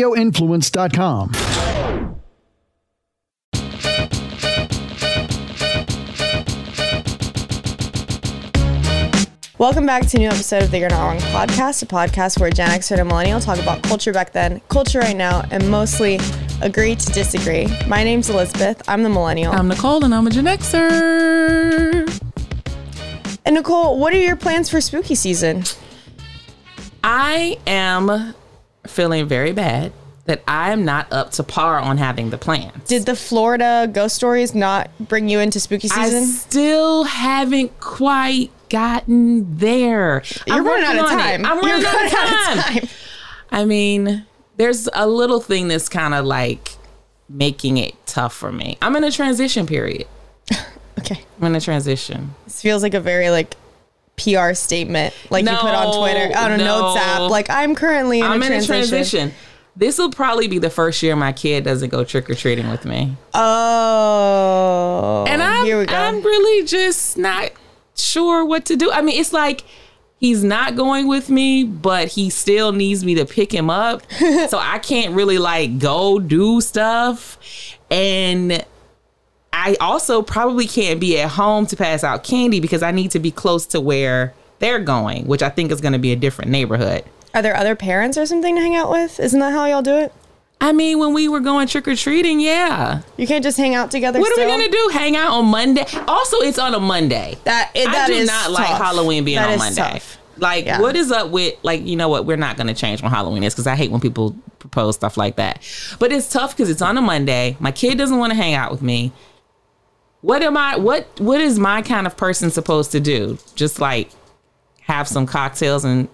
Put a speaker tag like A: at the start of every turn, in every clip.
A: radioinfluence.com.
B: Welcome back to a new episode of the You're Not Wrong podcast, a podcast where Gen Xer and Millennial talk about culture back then, culture right now, and mostly agree to disagree. My name's Elizabeth. I'm the Millennial.
C: I'm Nicole and I'm a Gen Xer.
B: and Nicole, what are your plans for spooky season?
C: I am feeling very bad that I am not up to par on having the plans.
B: Did the Florida ghost stories not bring you into spooky
C: I
B: season?
C: still haven't quite gotten there.
B: You're
C: I'm
B: running out of
C: working on it.
B: time.
C: I'm
B: You're
C: running out of time.
B: time.
C: I mean, there's a little thing that's kind of like making it tough for me. I'm in a transition period.
B: Okay.
C: I'm in a transition.
B: This feels like a very like PR statement, like you put on
C: No,
B: Twitter, on a
C: no.
B: notes app. Like I'm currently in,
C: I'm
B: a,
C: in
B: transition.
C: a transition. This will probably be the first year my kid doesn't go trick or treating with me.
B: Oh,
C: and I'm,
B: here we go.
C: I'm really just not sure what to do. I mean, it's like he's not going with me, but he still needs me to pick him up. so I can't really like go do stuff. And I also probably can't be at home to pass out candy because I need to be close to where they're going, which I think is going to be a different neighborhood.
B: Are there other parents or something to hang out with? Isn't that how y'all do it?
C: I mean, when we were going trick or treating, yeah.
B: You can't just hang out together.
C: What
B: still?
C: are we gonna do? Hang out on Monday? Also, it's on a Monday.
B: That it,
C: I
B: that
C: do
B: is
C: not like
B: tough.
C: Halloween being
B: That
C: on
B: is
C: Monday.
B: tough.
C: Like,
B: Yeah.
C: what is up with like you know what? We're not gonna change when Halloween is because I hate when people propose stuff like that. But it's tough because it's on a Monday. My kid doesn't want to hang out with me. What am I? What What is my kind of person supposed to do? Just like have some cocktails and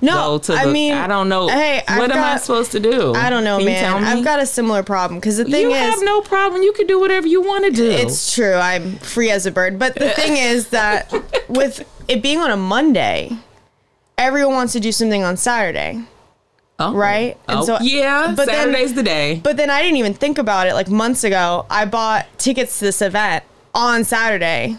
B: No,
C: go to the.
B: Oh, I mean,
C: I don't know.
B: Hey, I've
C: what am I
B: got-
C: supposed to do?
B: I don't know,
C: Can you tell
B: man.
C: me?
B: I've got a similar problem because the thing
C: you
B: is,
C: have no problem. You can do whatever you want to do.
B: It's true. I'm free as a bird. But the thing is that with it being on a Monday, everyone wants to do something on Saturday.
C: Oh.
B: right? And
C: Oh,
B: so-
C: yeah.
B: but then-
C: Saturday's the day.
B: But then I didn't even think about it. Like months ago, I bought tickets to this event on Saturday.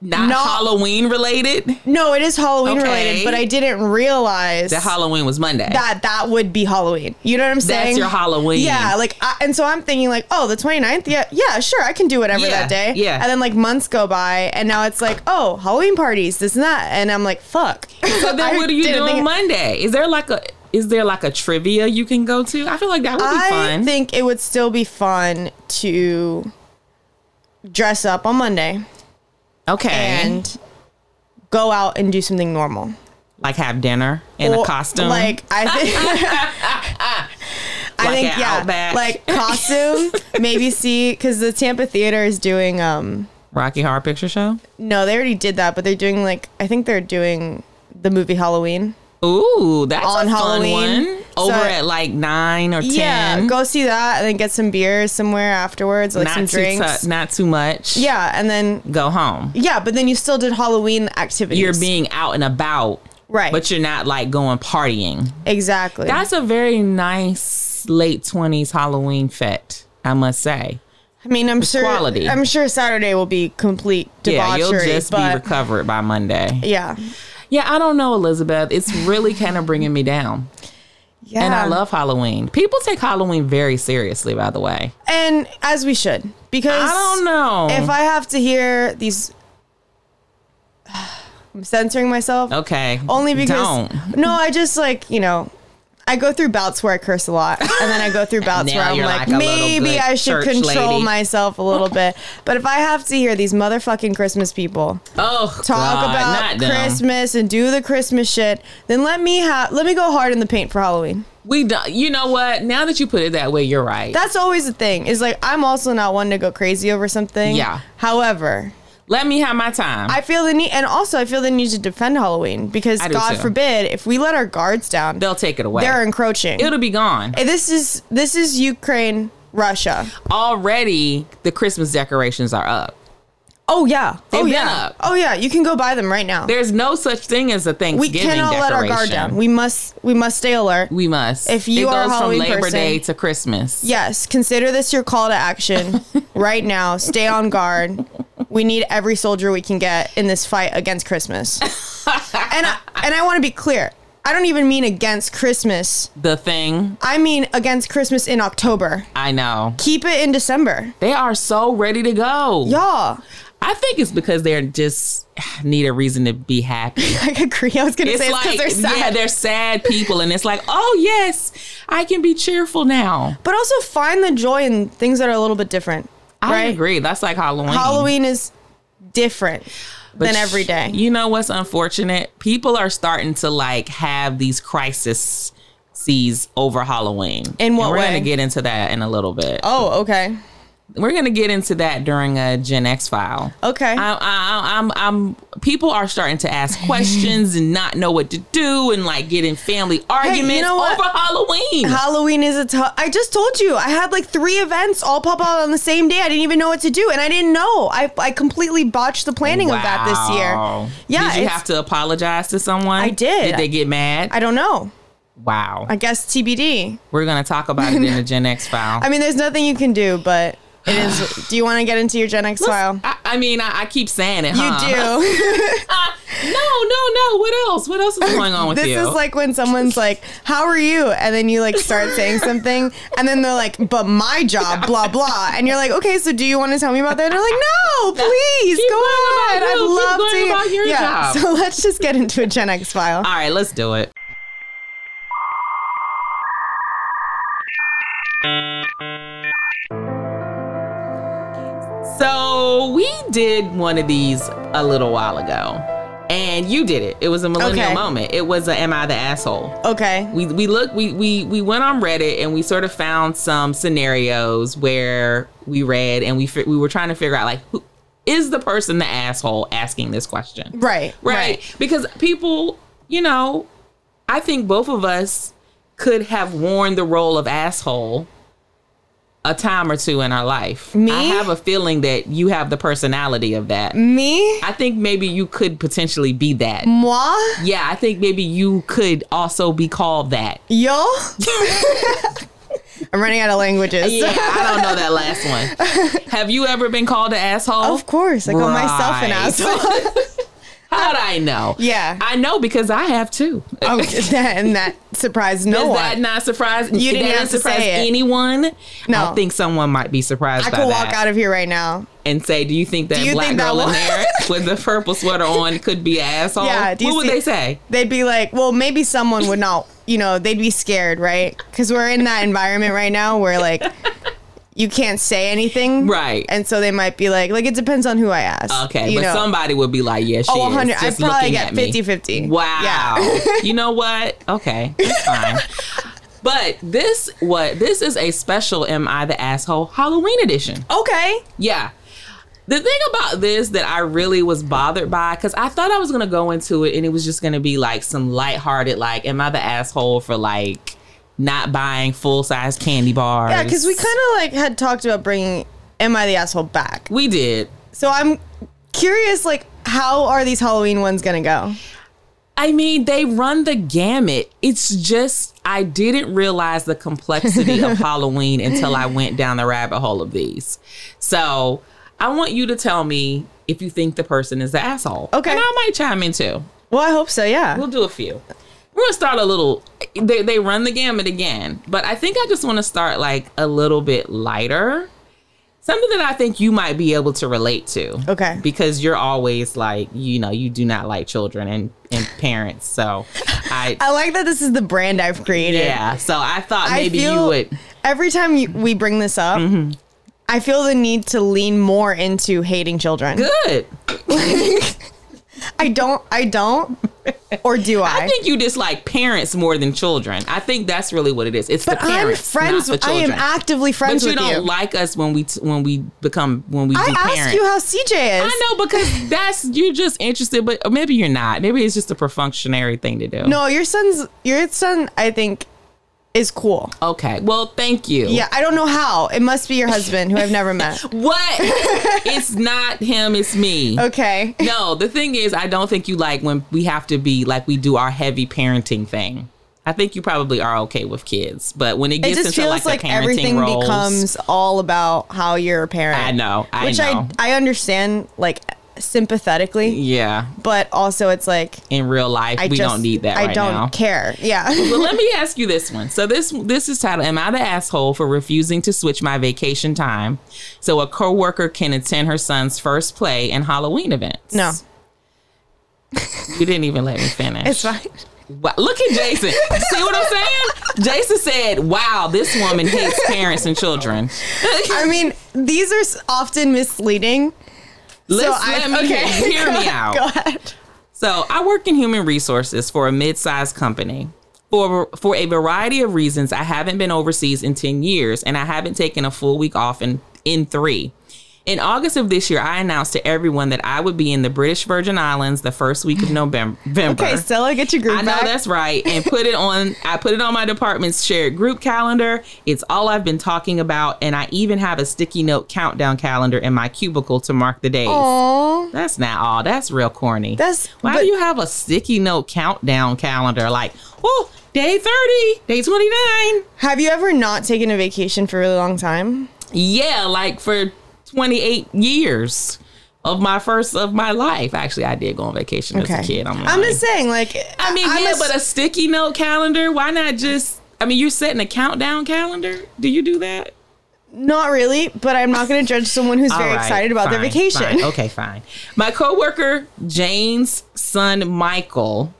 C: not,
B: not-
C: Halloween related.
B: No, it is Halloween
C: Okay.
B: related, but I didn't realize
C: That Halloween was Monday.
B: that that would be Halloween. You know what I'm saying?
C: your Halloween.
B: Yeah, like I, and so I'm thinking like, oh, the 29th? Yeah, yeah, sure, I can do whatever
C: Yeah,
B: that day.
C: yeah.
B: And then like months go by and now it's like, oh, Halloween parties, this and that. And I'm like, fuck.
C: so then
B: I
C: what are you
B: didn't
C: doing
B: think-
C: Monday? Is there like a is there like a trivia you can go to? I feel like that would be
B: I
C: fun.
B: think it would still be fun to dress up on Monday
C: okay.
B: and go out and do something normal.
C: like have dinner in a
B: Or,
C: costume.
B: Like I think I
C: Like
B: think
C: at
B: yeah,
C: Outback.
B: like costume. maybe see because the Tampa Theater is doing um
C: Rocky Horror Picture Show.
B: no they already did that but they're doing like I think they're doing the movie Halloween.
C: Ooh, that's
B: On
C: a fun
B: Halloween.
C: one.
B: So-
C: Over at like nine or ten.
B: Yeah, go see that and then get some beers somewhere afterwards, like
C: not
B: some
C: too
B: drinks.
C: tu- not too much.
B: yeah, and then
C: Go home.
B: yeah, but then you still did Halloween activities.
C: You're being out and about,
B: right,
C: but you're not like going partying.
B: exactly.
C: That's a very nice late twenties Halloween fete, I must say.
B: I mean, I'm sure.
C: quality.
B: I'm sure Saturday will be complete
C: Yeah,
B: debauchery.
C: you'll just be
B: but
C: recovered by Monday.
B: yeah,
C: Yeah, I don't know, Elizabeth. It's really kind of bringing me down.
B: yeah,
C: And I love Halloween. People take Halloween very seriously, by the way.
B: and as we should because
C: I don't know.
B: if I have to hear these. I'm censoring myself
C: okay,
B: only because
C: don't.
B: no, I just like you know. I go through bouts where I curse a lot, and then I go through bouts
C: Now
B: where I'm
C: you're
B: like,
C: like a little
B: maybe
C: good
B: I should
C: church
B: control
C: lady.
B: myself a little bit. But if I have to hear these motherfucking Christmas people
C: Oh,
B: talk
C: God,
B: about
C: not them.
B: Christmas and do the Christmas shit, then let me have let me go hard in the paint for Halloween.
C: We don't. You know what? Now that you put it that way, you're right.
B: That's always the thing. Is like I'm also not one to go crazy over something.
C: Yeah.
B: However,
C: Let me have my time.
B: I feel the need, and also I feel the need to defend Halloween because
C: I do
B: God
C: too.
B: forbid if we let our guards down,
C: They'll take it away.
B: they're encroaching.
C: It'll be gone.
B: And this is this is Ukraine, Russia.
C: Already, the Christmas decorations are up.
B: Oh yeah.
C: They've
B: oh
C: been
B: yeah.
C: up.
B: Oh yeah. You can go buy them right now.
C: There's no such thing as a Thanksgiving
B: we cannot let our guard down.
C: decoration.
B: We must we must stay alert.
C: We must.
B: If you
C: it
B: are a
C: goes
B: Halloween
C: from Labor
B: person-
C: Day to Christmas.
B: Yes, consider this your call to action right now. Stay on guard. We need every soldier we can get in this fight against Christmas. and I, and I want to be clear. I don't even mean against Christmas.
C: The thing.
B: I mean against Christmas in October.
C: I know.
B: Keep it in December.
C: They are so ready to go.
B: Y'all,
C: I think it's because they're just need a reason to be happy.
B: I agree. I was going to
C: It's
B: say because
C: like
B: they're sad.
C: yeah, they're sad people, and it's like, oh yes, I can be cheerful now.
B: but also find the joy in things that are a little bit different.
C: I
B: right?
C: agree. That's like Halloween.
B: Halloween is different
C: But
B: than every day.
C: You know what's unfortunate? People are starting to like have these crises over Halloween.
B: In what
C: And we're
B: way?
C: gonna get into that in a little bit.
B: oh, okay.
C: We're gonna get into that during a Gen X file.
B: Okay.
C: I, I, I'm, I'm. People are starting to ask questions and not know what to do, and like get in family arguments
B: know what?
C: over Halloween.
B: Halloween is a tough. I just told you I had like three events all pop out on the same day. I didn't even know what to do, and I didn't know. I I completely botched the planning of that this
C: Wow.
B: year. Yeah,
C: Did you
B: it's-
C: have to apologize to someone?
B: I did.
C: Did they get mad?
B: I don't know.
C: wow.
B: I guess TBD.
C: We're gonna talk about it in the Gen X file.
B: I mean, there's nothing you can do, but it is. do you want to get into your Gen X file?
C: I, I mean, I, I keep saying
B: You
C: it.
B: do.
C: no, no, no. What else? What else is going on with
B: this
C: you?
B: is like when someone's like, "How are you?" and then you like start saying something, and then they're like, "But my job, blah blah," and you're like, "Okay, so do you want to tell me about that?" And they're like, "No, please,
C: Keep
B: go on.
C: going about you. Keep
B: I'd love to."
C: going
B: hear-"
C: about your
B: yeah.
C: job.
B: So let's just get into a Gen X file.
C: All right, let's do it. So we did one of these a little while ago, and you did it. It was a millennial
B: Okay.
C: moment. It was a "Am I the asshole?"
B: Okay.
C: we we look we we we went on Reddit and we sort of found some scenarios where we read and we fi- we were trying to figure out like who is the person the asshole asking this question
B: Right.
C: right, because people you know I think both of us could have worn the role of asshole a time or two in our life
B: Me?
C: I have a feeling that you have the personality of that
B: Me,
C: I think maybe you could potentially be that
B: moi,
C: yeah I think maybe you could also be called that
B: yo. I'm running out of languages.
C: Yeah, I don't know that last one. Have you ever been called an asshole?
B: Of course, I call myself an
C: Right.
B: asshole.
C: How'd I know?
B: Yeah.
C: I know because I have too.
B: oh, that, and that surprised no
C: Is
B: one.
C: that not surprising?
B: You didn't
C: that
B: have to
C: surprise
B: say it.
C: anyone.
B: No.
C: I think someone might be surprised
B: I
C: by
B: could
C: that
B: walk out of here right now.
C: and say, "Do you think that
B: Do you
C: black
B: think that
C: girl
B: one-
C: in there with the purple sweater on could be an asshole?"
B: Yeah, do
C: What
B: you
C: would
B: see-
C: they say?
B: they'd be like, well, maybe someone would not, you know, they'd be scared, right? Because we're in that environment right now where like you can't say anything,
C: Right.
B: And so they might be like, like it depends on who I ask.
C: Okay,
B: you
C: but
B: know.
C: somebody would be like, "Yeah, she
B: Oh,
C: is
B: 100. I
C: just
B: probably
C: looking
B: get
C: at me."
B: 50-50.
C: Wow.
B: Yeah.
C: you know what? Okay, that's fine. But this what this is a special "Am I the Asshole" Halloween edition.
B: okay.
C: Yeah. The thing about this that I really was bothered by, because I thought I was gonna go into it and it was just gonna be like some lighthearted, like, am I the asshole for like not buying full size candy bars?
B: Yeah, because we kind of like had talked about bringing Am I the Asshole back.
C: we did.
B: So I'm curious, like, how are these Halloween ones going to go?
C: I mean, they run the gamut. It's just I didn't realize the complexity of Halloween until I went down the rabbit hole of these. So I want you to tell me if you think the person is the asshole.
B: Okay.
C: And I might chime in too.
B: Well, I hope so, yeah.
C: We'll do a few. We're gonna start a little. They they run the gamut again, but I think I just want to start like a little bit lighter. Something that I think you might be able to relate to.
B: Okay.
C: Because you're always like, you know, you do not like children and and parents. So I,
B: I like that this is the brand I've created.
C: yeah. So I thought
B: I
C: maybe
B: feel-
C: you would. Mm-hmm.
B: Every time you, we bring this up, I feel the need to lean more into hating children.
C: Good.
B: I don't. I don't. Or do I?
C: I think you dislike parents more than children. I think that's really what it is. It's
B: but
C: the
B: I'm
C: parents,
B: friends.
C: not
B: With,
C: the
B: I am
C: children.
B: actively
C: but
B: friends
C: you
B: with
C: don't
B: you.
C: like us when we t- when we become when we
B: I
C: do
B: asked
C: parents.
B: you how CJ is.
C: I know because that's you're just interested, but or maybe you're not. Maybe it's just a perfunctionary thing to do.
B: No, your son's your son. I think is cool.
C: Okay. Well, thank you.
B: Yeah, I don't know how. It must be your husband, who I've never met.
C: What? it's not him. It's me.
B: Okay.
C: No, the thing is, I don't think you like when we have to be like we do our heavy parenting thing. I think you probably are okay with kids, but when it
B: It
C: gets
B: just
C: into
B: feels like,
C: like, the parenting
B: everything
C: roles,
B: becomes all about how you're a parent.
C: I know, I
B: which
C: know.
B: I I understand. Like sympathetically,
C: Yeah.
B: but also it's like
C: In real life,
B: I
C: we
B: just
C: don't need that
B: I
C: right
B: don't
C: now.
B: care. Yeah.
C: Well, let me ask you this one. So this this is titled "Am I the asshole for refusing to switch my vacation time so a coworker can attend her son's first play and Halloween events?"
B: no,
C: you didn't even let me finish.
B: it's fine.
C: Wow, look at Jason. See what I'm saying? Jason said, "Wow, this woman hates parents and children."
B: I mean, these are s- often misleading.
C: Let's,
B: so I
C: let me
B: okay.
C: hear me
B: Go-
C: out.
B: Go ahead.
C: So I work in human resources for a mid-sized company. For, for a variety of reasons, I haven't been overseas in 10 years and I haven't taken a full week off in, in three. In August of this year, I announced to everyone that I would be in the British Virgin Islands the first week of November.
B: Okay, Stella, get your groove
C: I know
B: back.
C: that's right. And put it on I put it on my department's shared group calendar. It's all I've been talking about, and I even have a sticky note countdown calendar in my cubicle to mark the days.
B: Aw.
C: That's not all. That's real corny.
B: That's-
C: why
B: but-
C: do you have a sticky note countdown calendar? Like, oh, day 30, day 29.
B: Have you ever not taken a vacation for a really long time?
C: Yeah, like for 28 years of my first of my life. Actually, I did go on vacation as a kid. I'm,
B: I'm
C: lying.
B: just saying, like,
C: I mean,
B: I'm
C: yeah,
B: ass-
C: but a sticky note calendar. Why not just? I mean, you're setting a countdown calendar. Do you do that?
B: not really. But I'm not going to judge someone who's very
C: All right,
B: excited about their
C: fine,
B: vacation.
C: fine. Okay, fine. My coworker Jane's son Michael.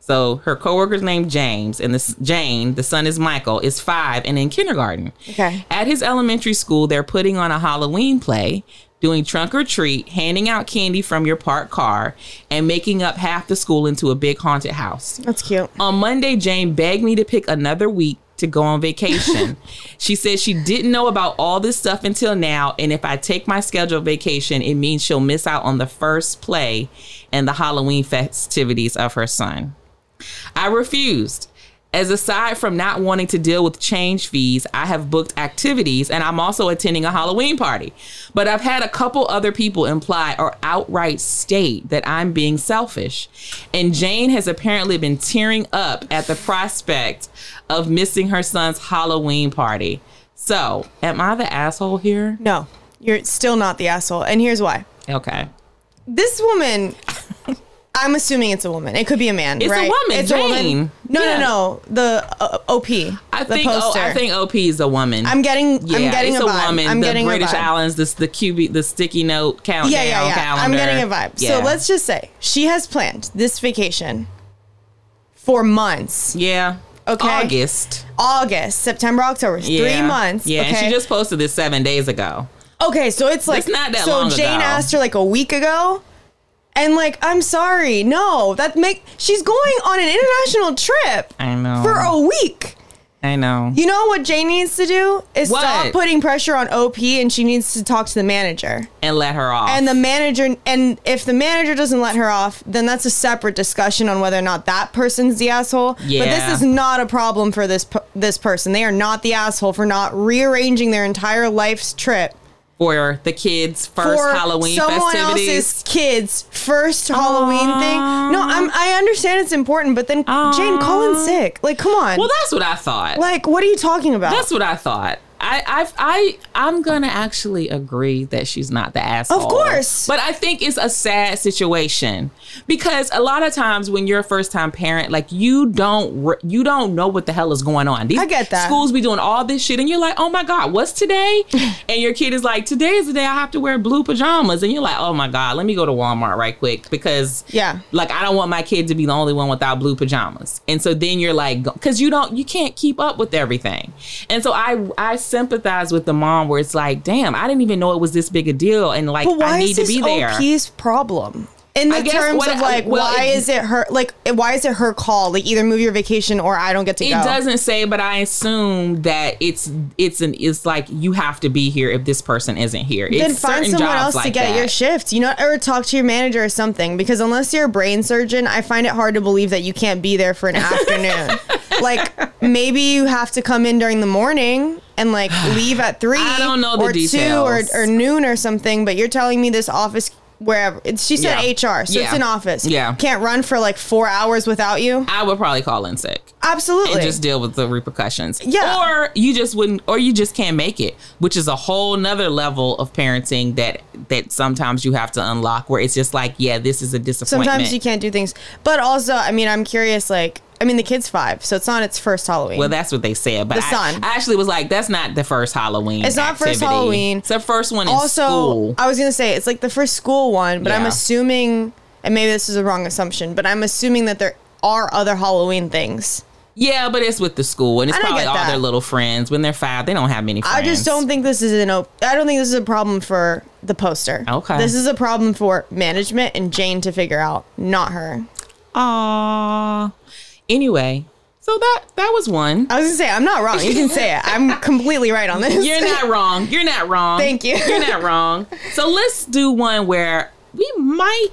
C: So her coworker's named James, and this Jane, the son is Michael, is five and in kindergarten.
B: Okay.
C: At his elementary school, they're putting on a Halloween play, doing trunk or treat, handing out candy from your parked car, and making up half the school into a big haunted house.
B: That's cute.
C: On Monday, Jane begged me to pick another week to go on vacation. she said she didn't know about all this stuff until now, and if I take my scheduled vacation, it means she'll miss out on the first play and the Halloween festivities of her son. I refused. As aside from not wanting to deal with change fees, I have booked activities and I'm also attending a Halloween party. But I've had a couple other people imply or outright state that I'm being selfish. And Jane has apparently been tearing up at the prospect of missing her son's Halloween party. So, am I the asshole here?
B: No, you're still not the asshole. And here's why.
C: Okay.
B: This woman, I'm assuming it's a woman. It could be a man.
C: It's a
B: right?
C: woman,
B: It's a
C: Jane.
B: woman. No,
C: Yeah.
B: no, no. The uh, OP.
C: I
B: the
C: think oh,
B: poster.
C: I think OP is a woman.
B: I'm getting.
C: Yeah,
B: I'm getting
C: it's
B: a
C: a,
B: vibe.
C: woman.
B: I'm
C: the
B: getting
C: British
B: a vibe.
C: Islands, the, the QB, the sticky note countdown
B: Yeah, yeah, yeah. I'm
C: calendar.
B: getting a vibe.
C: Yeah.
B: So let's just say she has planned this vacation for months.
C: yeah.
B: Okay.
C: August.
B: August, September, October,
C: Yeah.
B: three months.
C: Yeah,
B: okay.
C: and she just posted this seven days ago.
B: Okay, so it's like
C: That's not that
B: so
C: long
B: Jane
C: ago.
B: asked her like a week ago, and like I'm sorry, no, that make she's going on an international trip
C: I know.
B: for a week.
C: I know.
B: You know what Jane needs to do is
C: What?
B: stop putting pressure on OP, and she needs to talk to the manager.
C: And let her off.
B: And the manager, and if the manager doesn't let her off, then that's a separate discussion on whether or not that person's the asshole. But
C: Yeah.
B: this is not a problem for this p- this person. They are not the asshole for not rearranging their entire life's trip
C: for the kids' first
B: for
C: Halloween
B: someone
C: festivities.
B: else's kids' first Halloween thing. No, I'm, I understand it's important, but then Jane, call in sick. Like, come on.
C: well, that's what I thought.
B: like, what are you talking about?
C: that's what I thought. I, I, I, I'm gonna actually agree that she's not the asshole.
B: Of course.
C: but I think it's a sad situation because a lot of times when you're a first time parent, like you don't, re- you don't know what the hell is going on. These
B: I get that.
C: Schools be doing all this shit, and you're like, oh my god, what's today? and your kid is like, today is the day I have to wear blue pajamas, and you're like, oh my god, let me go to Walmart right quick because
B: Yeah.
C: like I don't want my kid to be the only one without blue pajamas. And so then you're like cuz you don't you can't keep up with everything. And so I I sympathize with the mom where it's like, "Damn, I didn't even know it was this big a deal and like
B: but why
C: I need
B: is this
C: to be there."
B: OP's problem? In
C: I
B: the
C: guess
B: terms
C: what-
B: of like,
C: well,
B: why
C: it-
B: is it her? Like, why is it her call? Like, either move your vacation or I don't get to
C: It
B: go.
C: doesn't say, but I assume that it's it's an it's like you have to be here if this person isn't here.
B: Then
C: it's
B: find
C: certain
B: someone
C: jobs
B: else to
C: like
B: get
C: that.
B: your shift, you know, or talk to your manager or something. Because unless you're a brain surgeon, I find it hard to believe that you can't be there for an afternoon. like maybe you have to come in during the morning and like leave at three.
C: I don't know the
B: or
C: details.
B: two or, or noon or something. But you're telling me this office wherever. It's, she said
C: Yeah.
B: HR, so it's
C: Yeah.
B: an office.
C: Yeah.
B: Can't run for like four hours without you.
C: I would probably call in sick
B: Absolutely.
C: and just deal with the repercussions.
B: Yeah.
C: Or you just wouldn't or you just can't make it, which is a whole nother level of parenting that that sometimes you have to unlock where it's just like, yeah, this is a disappointment.
B: Sometimes you can't do things. But also, I mean, I'm curious, like, I mean, the kid's five, so it's not its first Halloween.
C: well, that's what they said, but
B: The
C: I,
B: son.
C: I actually was like, "That's not the first Halloween.
B: It's not first
C: activity.
B: Halloween.
C: It's the first one in
B: also, uh,
C: school.
B: I was going to say, it's like the first school one, but I'm
C: Yeah.
B: assuming, and maybe this is a wrong assumption, but I'm assuming that there are other Halloween things.
C: Yeah, but it's with the school, and it's
B: I don't
C: probably
B: get
C: all
B: that.
C: their little friends. When they're five, they don't have many friends.
B: I just don't think this is an. Op- I don't think this is a problem for the poster.
C: Okay.
B: This is a problem for management and Jane to figure out, not her.
C: Aww. Anyway, so that that was one.
B: I was gonna say I'm not wrong. You can say it. I'm completely right on this.
C: You're not wrong. You're not wrong.
B: Thank you.
C: You're not wrong. So let's do one where we might.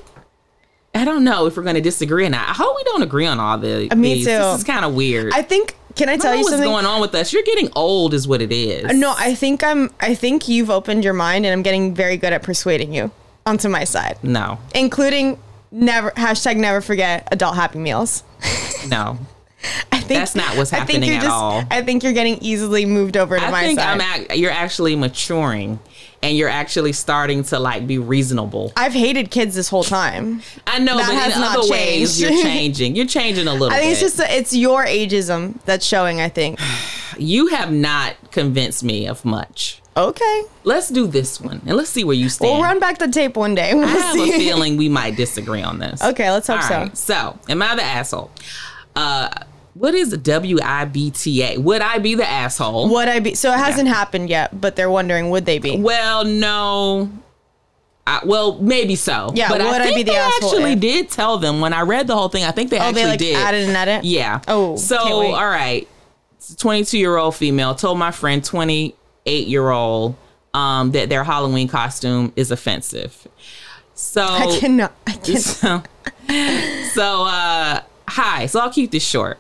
C: I don't know if we're going to disagree or not. I hope we don't agree on all the.
B: me
C: these.
B: too.
C: This is kind of weird.
B: I think. Can I
C: I
B: tell
C: don't know
B: you
C: what's
B: something? Uh,
C: going on with us. You're getting old, is what it is.
B: No, I think I'm. I think you've opened your mind, and I'm getting very good at persuading you onto my side,
C: no,
B: including never hashtag never forget adult happy meals.
C: no.
B: I think
C: That's not what's
B: I think
C: happening
B: you're
C: at
B: just,
C: all.
B: I think you're getting easily moved over to
C: I
B: my
C: think
B: side.
C: I'm. Act, you're actually maturing, and you're actually starting to like be reasonable.
B: I've hated kids this whole time.
C: I know,
B: That
C: but
B: has
C: in
B: not
C: other ways, you're
B: changed.
C: changing. You're changing a little
B: I think it's
C: bit.
B: just it's your ageism that's showing. I think.
C: you have not convinced me of much.
B: Okay,
C: Let's do this one and let's see where you stand.
B: we'll run back the tape one day. We'll
C: I have
B: see.
C: a feeling we might disagree on this.
B: Okay, let's hope
C: All
B: so.
C: right, So, am I the asshole? Uh, what is WIBTA? Would I be the asshole?
B: Would I be? So it hasn't happened yet, but they're wondering would they be?
C: Well, no. I, well, maybe so.
B: Yeah,
C: but
B: would I
C: I think
B: be the
C: they
B: asshole
C: actually
B: if-
C: did tell them when I read the whole thing. I think they
B: Oh,
C: actually
B: they like
C: did.
B: added an edit.
C: Yeah.
B: Oh,
C: So,
B: can't wait.
C: all right. 22 year old female told my friend, 28 year old, um, that their Halloween costume is offensive. So,
B: I cannot. I can't.
C: so, so, uh, hi. So I'll keep this short.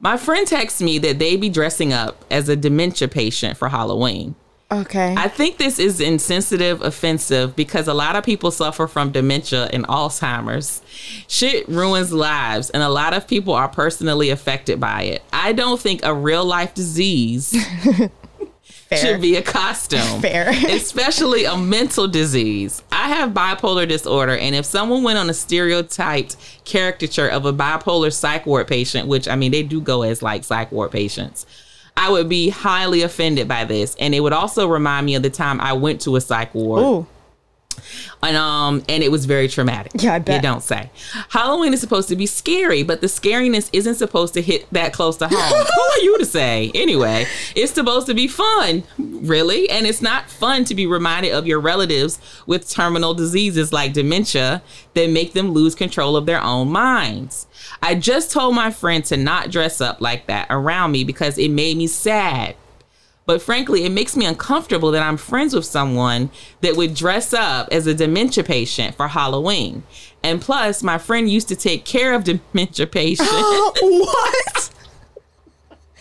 C: My friend texts me that they be dressing up as a dementia patient for Halloween.
B: Okay.
C: I think this is insensitive, offensive because a lot of people suffer from dementia and Alzheimer's. Shit ruins lives, and a lot of people are personally affected by it. I don't think a real life disease
B: Fair.
C: should be a costume.
B: Fair.
C: Especially a mental disease. I have bipolar disorder, and if someone went on a stereotyped caricature of a bipolar psych ward patient, which I mean, they do go as like psych ward patients, I would be highly offended by this. And it would also remind me of the time I went to a psych ward
B: Ooh.
C: and um and it was very traumatic.
B: Yeah, I bet.
C: You don't say. Halloween is supposed to be scary, but the scariness isn't supposed to hit that close to home. Who are you to say? Anyway, it's supposed to be fun, really, and it's not fun to be reminded of your relatives with terminal diseases like dementia that make them lose control of their own minds. I just told my friend to not dress up like that around me because it made me sad. But frankly, it makes me uncomfortable that I'm friends with someone that would dress up as a dementia patient for Halloween. And plus, my friend used to take care of dementia patients.
B: what?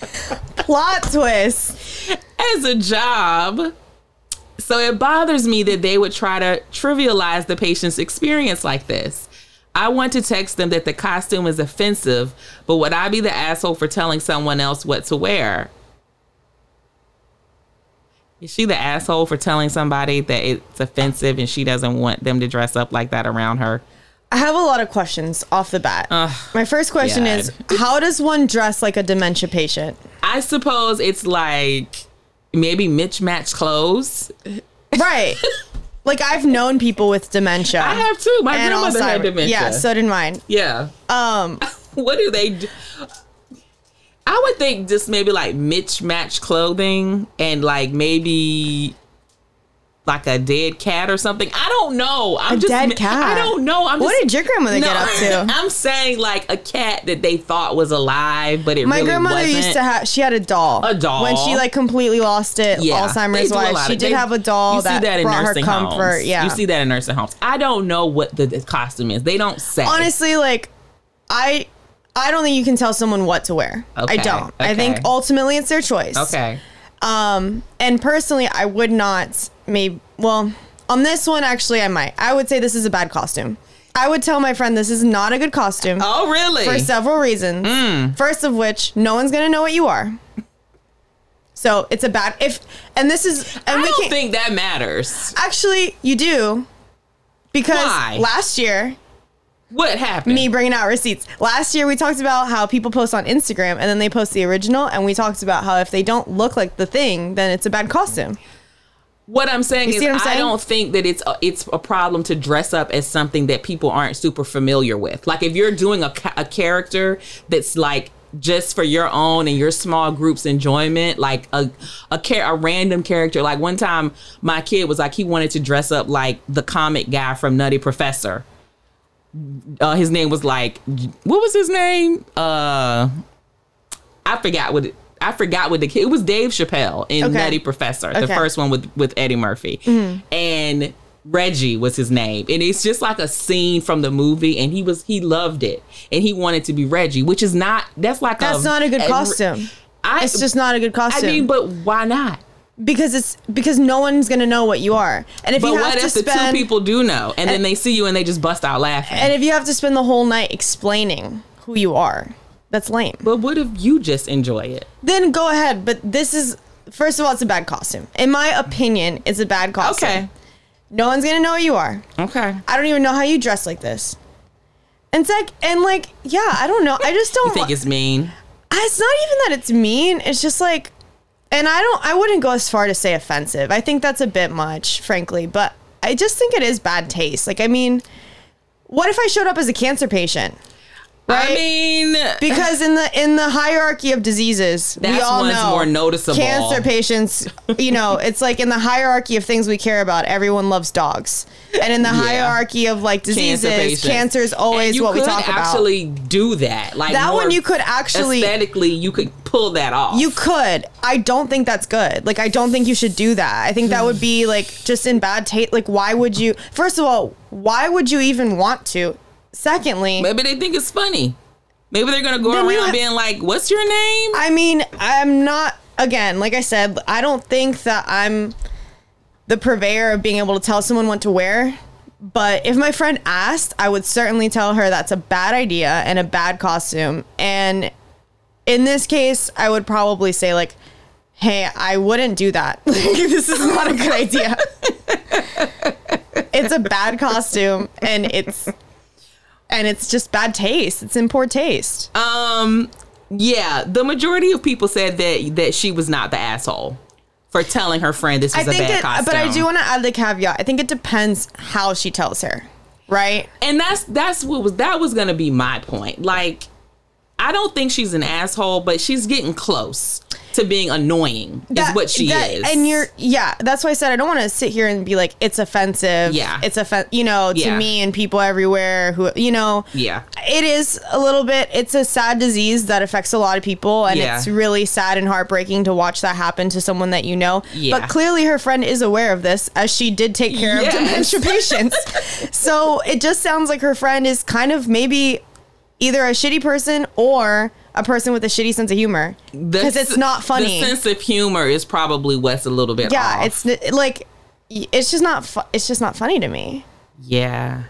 B: Plot twist.
C: as a job. So it bothers me that they would try to trivialize the patient's experience like this. I want to text them that the costume is offensive, but would I be the asshole for telling someone else what to wear? Is she the asshole for telling somebody that it's offensive and she doesn't want them to dress up like that around her?
B: I have a lot of questions off the bat. My first question
C: God.
B: is how does one dress like a dementia patient?
C: I suppose it's like maybe mismatched clothes.
B: Right. like I've known people with dementia.
C: I have too. My
B: Uh, and
C: grandmother had
B: Alzheimer's.
C: dementia.
B: Yeah, so did mine.
C: Yeah.
B: Um,
C: what do they do? I would think just maybe like mismatched clothing and like maybe like a dead cat or something. I don't know. I'm
B: A
C: just
B: dead cat?
C: I don't know. I'm
B: what
C: just,
B: did your grandmother get up to?
C: I'm saying like a cat that they thought was alive, but it
B: My
C: really
B: grandmother
C: wasn't.
B: used to have. She had a doll.
C: A doll.
B: When she like completely lost it,
C: they
B: Alzheimer's
C: do a
B: wise,
C: lot
B: she
C: of-
B: did
C: they-
B: have a doll
C: you see
B: that,
C: in
B: brought her
C: nursing
B: comfort.
C: homes.
B: Yeah.
C: you see that in nursing homes. I don't know what the, the costume is. They don't say.
B: Honestly, like I, I don't think you can tell someone what to wear. I
C: Okay,
B: don't. I think
C: okay.
B: ultimately it's their choice.
C: okay,
B: Um, and personally, I would not. Maybe well. On this one, actually, I might. I would say this is a bad costume. I would tell my friend this is not a good costume
C: Oh, really? Hmm.
B: for several reasons. First of which, no one's gonna know what you are. So it's a bad if, and this is and
C: I
B: we
C: don't
B: can't
C: think that matters.
B: actually you do because
C: Why?
B: last year
C: What happened?
B: me bringing out receipts. Last year we talked about how people post on Instagram and then they post the original, and we talked about how if they don't look like the thing, then it's a bad costume.
C: What I'm saying
B: You
C: is,
B: see what I'm
C: I
B: saying?
C: don't think that it's a, it's a problem to dress up as something that people aren't super familiar with. Like if you're doing a, ca- a character that's like just for your own and your small group's enjoyment, like a a, char- a random character. Like one time, my kid was like he wanted to dress up like the comic guy from Nutty Professor. Uh, his name was like what was his name? Uh, I forgot what. It, I forgot what the kid. It was Dave Chappelle in
B: Okay.
C: Nutty Professor, the
B: Okay. Mm-hmm.
C: first first one with with Eddie Murphy, and Reggie was his name, and it's just like a scene from the movie, and he was he loved it, and he wanted to be Reggie, which is not that's like
B: That's
C: a,
B: not a good
C: a-
B: costume.
C: Um, I
B: It's just not a good
C: I
B: costume.
C: mean, but why not?
B: because it's because no one's gonna know what you are, and if
C: But
B: you have
C: what
B: to
C: if the two
B: spend
C: people do know, and, then they see you and they just bust out laughing?
B: and if you have to spend the whole night explaining who you are, that's lame.
C: but what if you just enjoy it?
B: Then go ahead, but this is first of all, it's a bad costume. In my opinion, it's a bad costume.
C: Okay,
B: no one's gonna know what you are.
C: okay.
B: I don't even know how you dress like this. And sec and like, yeah, I don't know. I just don't
C: You think it's mean?
B: it's not even that it's mean. It's just like, and I don't, I wouldn't go as far to say offensive. I think that's a bit much, frankly, but I just think it is bad taste. Like, I mean, what if I showed up as a cancer patient?
C: I
B: Right?
C: mean,
B: because in the in the hierarchy of diseases, we
C: That's
B: all
C: one's
B: know
C: more noticeable.
B: Cancer patients, you know, it's like in the hierarchy of things we care about, everyone loves dogs, and in the hierarchy of like diseases,
C: patients.
B: cancer, is always
C: you
B: what we
C: could
B: talk about.
C: actually do that. Like
B: That one
C: more
B: you could actually
C: aesthetically, you could pull that off.
B: You could. I don't think that's good. Like, I don't think you should do that. I think that would be like just in bad taste. Like, why would you? First of all, why would you even want to? Secondly,
C: Maybe they think it's funny. Maybe they're gonna go
B: Then we
C: around
B: don't-
C: being like, "What's your name?"
B: I mean, I'm not. Again, like I said, I don't think that I'm the purveyor of being able to tell someone what to wear. But if my friend asked, I would certainly tell her that's a bad idea and a bad costume. And in this case, I would probably say like, "Hey, I wouldn't do that. Like, this is not a good idea. it's a bad costume, and it's and it's just bad taste. It's in poor taste.
C: Um, yeah. The majority of people said that that she was not the asshole for telling her friend this
B: I
C: was a
B: think
C: bad
B: it,
C: costume.
B: but I do want to add the caveat. I think it depends how she tells her, right?
C: and that's that's what was that was gonna be my point. Like, I don't think she's an asshole, but she's getting close to being annoying. Is
B: That-
C: what she
B: that-
C: is.
B: And you're, yeah, that's why I said I don't want to sit here and be like, it's offensive.
C: Yeah.
B: It's offensive, you know, to
C: Yeah.
B: me and people everywhere who, you know,
C: yeah.
B: it is a little bit, it's a sad disease that affects a lot of people. And
C: Yeah.
B: it's really sad and heartbreaking to watch that happen to someone that you know.
C: Yeah.
B: But clearly her friend is aware of this as she did take care
C: Yes.
B: of dementia patients. so it just sounds like her friend is kind of maybe either a shitty person or a person with a shitty sense of humor because it's
C: s-
B: not funny.
C: The sense of humor is probably what's a little bit
B: yeah,
C: off.
B: it's n- like y- it's just not fu- it's just not funny to me.
C: yeah.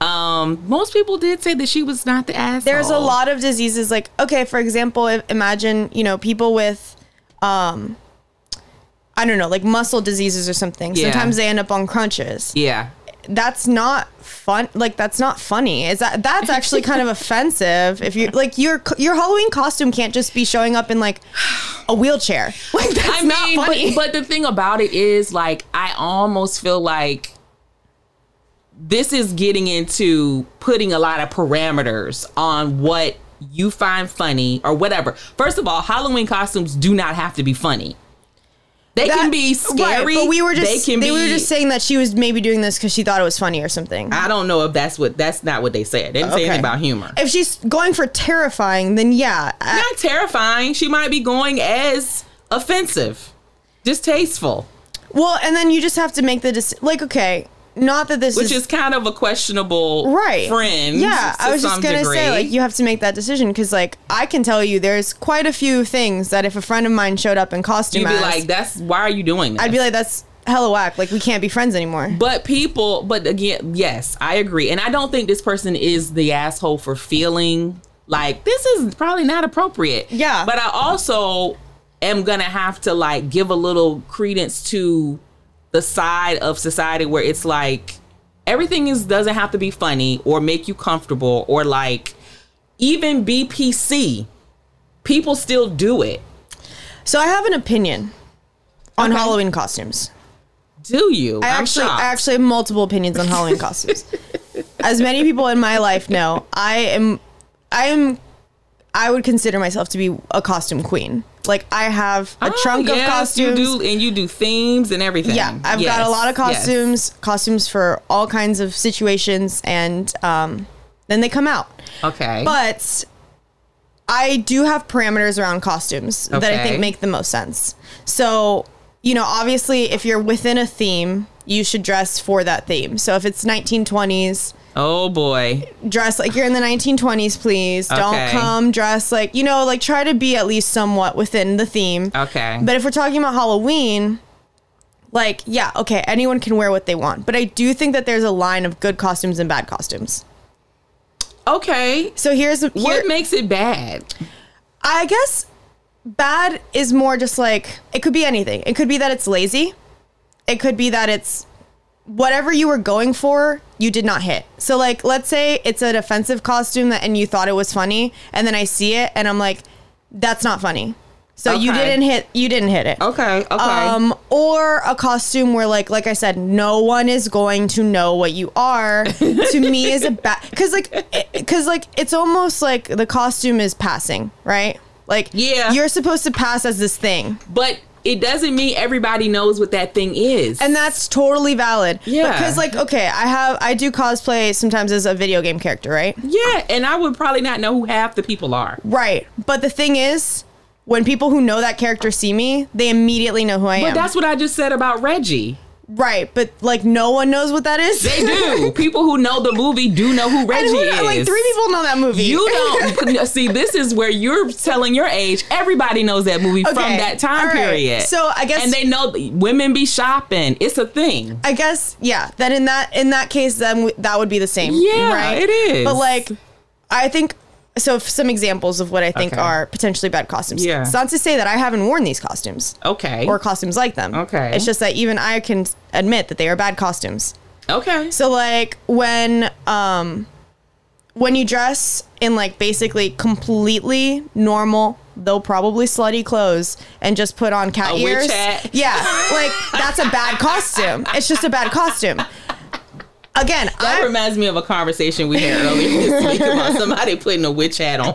C: Um, most people did say that she was not the asshole.
B: There's a lot of diseases like okay, for example, if, imagine you know people with um I don't know like muscle diseases or something.
C: Yeah.
B: Sometimes they end up on crunches.
C: Yeah.
B: That's not fun. Like that's not funny. Is that that's actually kind of offensive if you like your co- your Halloween costume can't just be showing up in like a wheelchair. Like that's
C: I
B: not
C: mean,
B: funny.
C: but, but the thing about it is, like, I almost feel like this is getting into putting a lot of parameters on what you find funny or whatever. First of all, Halloween costumes do not have to be funny. They
B: That-
C: can be scary.
B: Right, but we were just
C: they
B: they,
C: can be, Ah.
B: were just saying that she was maybe doing this because she thought it was funny or something.
C: I don't know if that's what that's not what they said. They didn't say
B: Okay.
C: anything about humor.
B: if she's going for terrifying, then yeah, I-
C: not terrifying. She might be going as offensive, distasteful,
B: well, and then you just have to make the dec- like okay, not that this
C: which
B: is
C: is kind of a questionable
B: right
C: friend.
B: Yeah,
C: to
B: I was just
C: some
B: gonna say
C: degree.
B: like you have to make that decision because like I can tell you there's quite a few things that if a friend of mine showed up in costume,
C: you'd be
B: as,
C: like, "That's why are you doing that?"
B: I'd be like, that's hella whack. Like we can't be friends anymore.
C: But people, but again, yes, I agree. And I don't think this person is the asshole for feeling like this is probably not appropriate.
B: Yeah.
C: But I also am going to have to like give a little credence to the side of society where it's like everything is doesn't have to be funny or make you comfortable or like even BPC. People still do it.
B: So I have an opinion on
C: Okay.
B: Halloween costumes.
C: Do you?
B: I
C: I'm
B: actually,
C: shocked.
B: I actually have multiple opinions on Halloween costumes. As many people in my life know, I am, I am, I would consider myself to be a costume queen. Like I have a
C: Oh,
B: trunk of
C: yes,
B: costumes.
C: You do, and you do themes and everything.
B: Yeah, I've got
C: Yes,
B: a lot of
C: yes.
B: costumes, costumes for all kinds of situations, and um, then they come out.
C: Okay.
B: But I do have parameters around costumes that I
C: Okay.
B: think make the most sense. So, you know, obviously, if you're within a theme, you should dress for that theme. So if it's 1920s,
C: oh boy.
B: dress like you're in the 1920s, please.
C: Okay.
B: Don't come dress like, you know, like try to be at least somewhat within the theme.
C: Okay.
B: But if we're talking about Halloween, like, yeah, okay, anyone can wear what they want. But I do think that there's a line of good costumes and bad costumes.
C: okay.
B: So here's
C: What
B: here-
C: makes it bad?
B: I guess bad is more just like it could be anything. It could be that it's lazy. It could be that it's whatever you were going for, you did not hit. So like let's say it's an offensive costume that and you thought it was funny and then I see it and I'm like that's not funny. So you
C: Okay.
B: didn't hit you didn't hit it.
C: Okay. Okay.
B: Um, or a costume where, like, like I said, no one is going to know what you are. to me, is a bad because, like, because like it's almost like the costume is passing, right? Like,
C: Yeah.
B: you're supposed to pass as this thing,
C: but it doesn't mean everybody knows what that thing is.
B: and that's totally valid.
C: Yeah.
B: because like, okay, I have I do cosplay sometimes as a video game character, right?
C: yeah, and I would probably not know who half the people are.
B: Right, but the thing is. When people who know that character see me, they immediately know who I
C: But
B: am.
C: that's what I just said about Reggie.
B: right, but like no one knows what that is.
C: They do. people who know the movie do know who
B: And
C: Reggie
B: who-
C: is.
B: like three people know that movie.
C: You don't see. This is where you're telling your age. Everybody knows that movie from
B: Okay.
C: that time
B: All right.
C: period.
B: So I guess-
C: and they know that women be shopping. It's a thing.
B: I guess yeah. Then in that in that case, then w- that would be the same.
C: Yeah,
B: right?
C: it is.
B: But like, I think so. f- Some examples of what I think
C: Okay.
B: are potentially bad costumes.
C: Yeah.
B: it's not to say that I haven't worn these costumes
C: Okay.
B: or costumes like them.
C: Okay.
B: it's just that even I can s- admit that they are bad costumes.
C: okay.
B: So like when um when you dress in like basically completely normal though probably slutty clothes and just put on cat
C: A witch
B: ears.
C: hat.
B: Yeah, like that's a bad costume. It's just a bad costume. Again,
C: That
B: I
C: reminds me of a conversation we had earlier this week about somebody putting a witch hat on.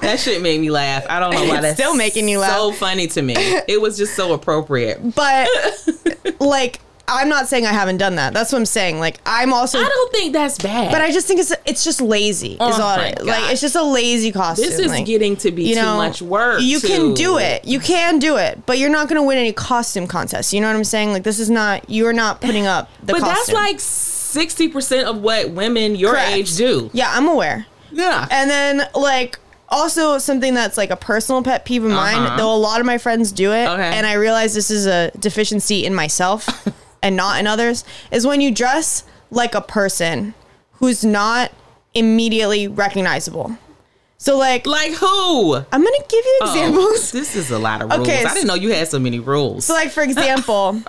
C: that shit made me laugh. I don't know why
B: It's
C: that's
B: still making you
C: So
B: laugh.
C: funny to me. It was just so appropriate.
B: but like I'm not saying I haven't done that. That's what I'm saying. Like I'm also
C: I don't think that's bad.
B: but I just think it's it's just lazy. Is
C: Oh
B: all
C: my
B: it-
C: God.
B: Like it's just a lazy costume.
C: this is
B: like-
C: getting to be
B: you know,
C: too much work.
B: You
C: to-
B: can do it. You can do it, but you're not going to win any costume contests. You know what I'm saying? Like this is not. You are not putting up the.
C: But that's
B: costume.
C: like sixty percent of what women your
B: Correct.
C: age do.
B: Yeah, I'm aware.
C: Yeah.
B: And then like also something that's like a personal pet peeve of
C: Uh-huh.
B: mine, though a lot of my friends do it,
C: Okay.
B: and I realize this is a deficiency in myself and not in others, is when you dress like a person who's not immediately recognizable. So like.
C: like who?
B: I'm gonna give you
C: Oh,
B: examples.
C: this is a lot of rules.
B: Okay,
C: I didn't know you had so many rules.
B: So, like, for example,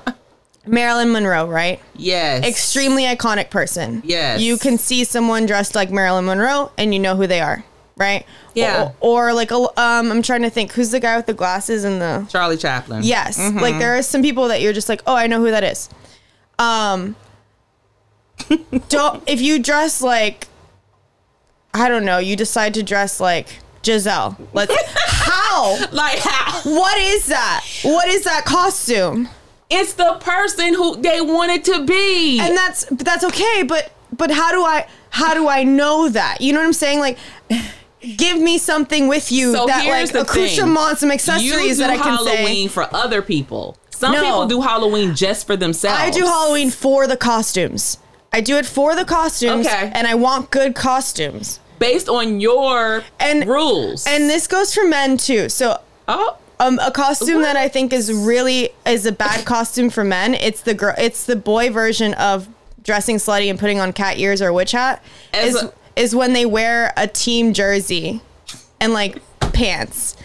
B: Marilyn Monroe, right?
C: yes.
B: Extremely iconic person.
C: Yes.
B: You can see someone dressed like Marilyn Monroe and you know who they are, right?
C: Yeah.
B: Or, or like, a- um, I'm trying to think who's the guy with the glasses and the.
C: Charlie Chaplin.
B: Yes.
C: Mm-hmm.
B: Like, there are some people that you're just like, oh, I know who that is. Um, don't, if you dress like, I don't know, you decide to dress like Giselle. Let's, how?
C: Like how?
B: What is that? What is that costume?
C: It's the person who they wanted to be.
B: and that's but that's okay but but how do i how do i know that you know what i'm saying like give me something with you
C: So
B: that
C: here's
B: like
C: the thing.
B: accoutrements some
C: you do
B: accessories that i can say
C: Halloween for other people. Some
B: No.
C: people do Halloween just for themselves.
B: i do halloween for the costumes i do it for the costumes
C: Okay.
B: and i want good costumes
C: based on your
B: And-
C: rules.
B: and this goes for men too so
C: oh,
B: Um, a costume that I think is really is a bad costume for men. It's the girl. It's the boy version of dressing slutty and putting on cat ears or witch hat.
C: As
B: is
C: a-
B: is when they wear a team jersey and like pants.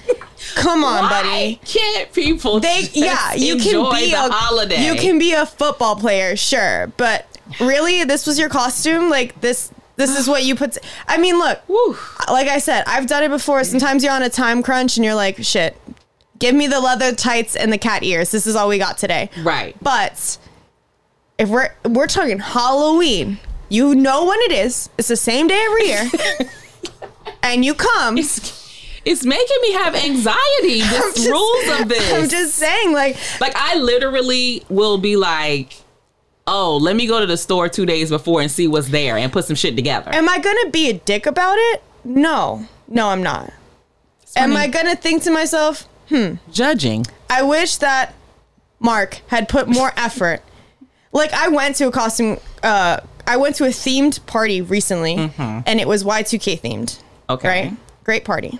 B: Come on, buddy.
C: Why Can't people?
B: They
C: just
B: yeah, you can
C: enjoy
B: be
C: the
B: a
C: holiday.
B: You can be a football player, sure, but really, this was your costume. Like this, this is what you put. I mean, look,
C: Whew.
B: like I said, I've done it before. Sometimes you're on a time crunch and you're like, shit, give me the leather tights and the cat ears. This is all we got today.
C: Right.
B: But if we're we're talking Halloween, you know when it is. It's the same day every year. and you come.
C: It's, it's making me have anxiety.
B: I'm
C: This
B: just-
C: rules of this.
B: I'm just saying, like,
C: Like I literally will be like, oh, let me go to the store two days before and see what's there and put some shit together.
B: am I gonna be a dick about it? No. No, I'm not. Am I
C: funny.
B: gonna think to myself,
C: Judging.
B: I wish that Mark had put more effort. Like I went to a costume, uh, I went to a themed party recently, and it was Y two K themed.
C: Mm-hmm. Okay.
B: Right, great party.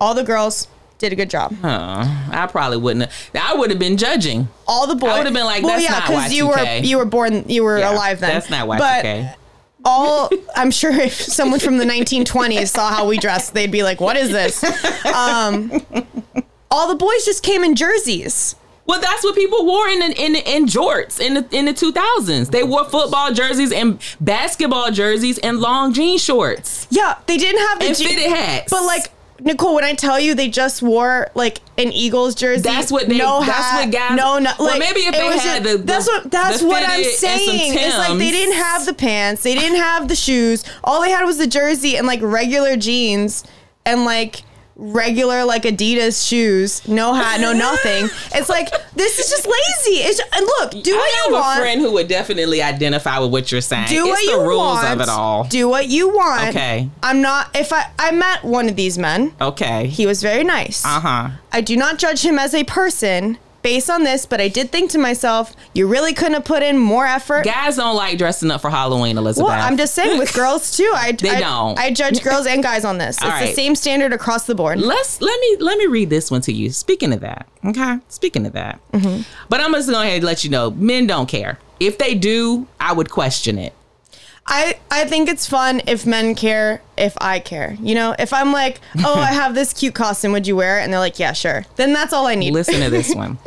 B: All the girls did a good job.
C: Huh. Uh, I probably wouldn't. Have. I would have been judging.
B: All the boys.
C: would've been like, "That's not
B: you were
C: Y2K."
B: you were born, you were
C: Yeah,
B: alive then.
C: That's not why.
B: But
C: okay.
B: all I'm sure if someone from the 1920s saw how we dressed, they'd be like, "What is this?" Um, all the boys just came in jerseys.
C: Well, that's what people wore in in in jorts in the in the two thousands. They wore football jerseys and basketball jerseys and long jean shorts
B: Yeah, they didn't have the
C: and
B: je-
C: fitted hats.
B: But like Nicole, when I tell you they just wore like an Eagles jersey,
C: That's what they-
B: No
C: that's
B: hat,
C: what guys-
B: No, no. Like,
C: Well, maybe if
B: it
C: they
B: was
C: had
B: just-
C: the-
B: That's
C: the-
B: what. That's
C: the
B: what I'm
C: fitted and some
B: saying. It's like they
C: Tims.
B: didn't have the pants. They didn't have the shoes. All they had was the jersey and like regular jeans and like regular like Adidas shoes. No hat. No nothing. It's like this is just lazy. It's and look, do
C: I
B: what
C: have
B: you
C: a
B: want.
C: friend who would definitely identify with what you're saying.
B: Do
C: it's
B: what
C: the
B: you
C: rules
B: want.
C: of it all.
B: Do what you want.
C: Okay. Oh.
B: I'm not. If I I met one of these men,
C: okay.
B: he was very nice.
C: Uh huh.
B: I do not judge him as a person based on this, but I did think to myself, you really couldn't have put in more effort.
C: Guys don't like dressing up for Halloween, Elizabeth.
B: well, I'm just saying with girls too. I they I,
C: don't.
B: I judge girls and guys on this.
C: All
B: it's the
C: right.
B: same standard across the board.
C: Let's let me let me read this one to you. Speaking of that, okay. Speaking of that,
B: Mm-hmm.
C: but I'm just going ahead and let you know, men don't care. If they do, I would question it.
B: I I think it's fun if men care, if I care. You know, if I'm like, oh, I have this cute costume, would you wear it? And they're like, yeah, sure. Then that's all I need.
C: Listen to this one.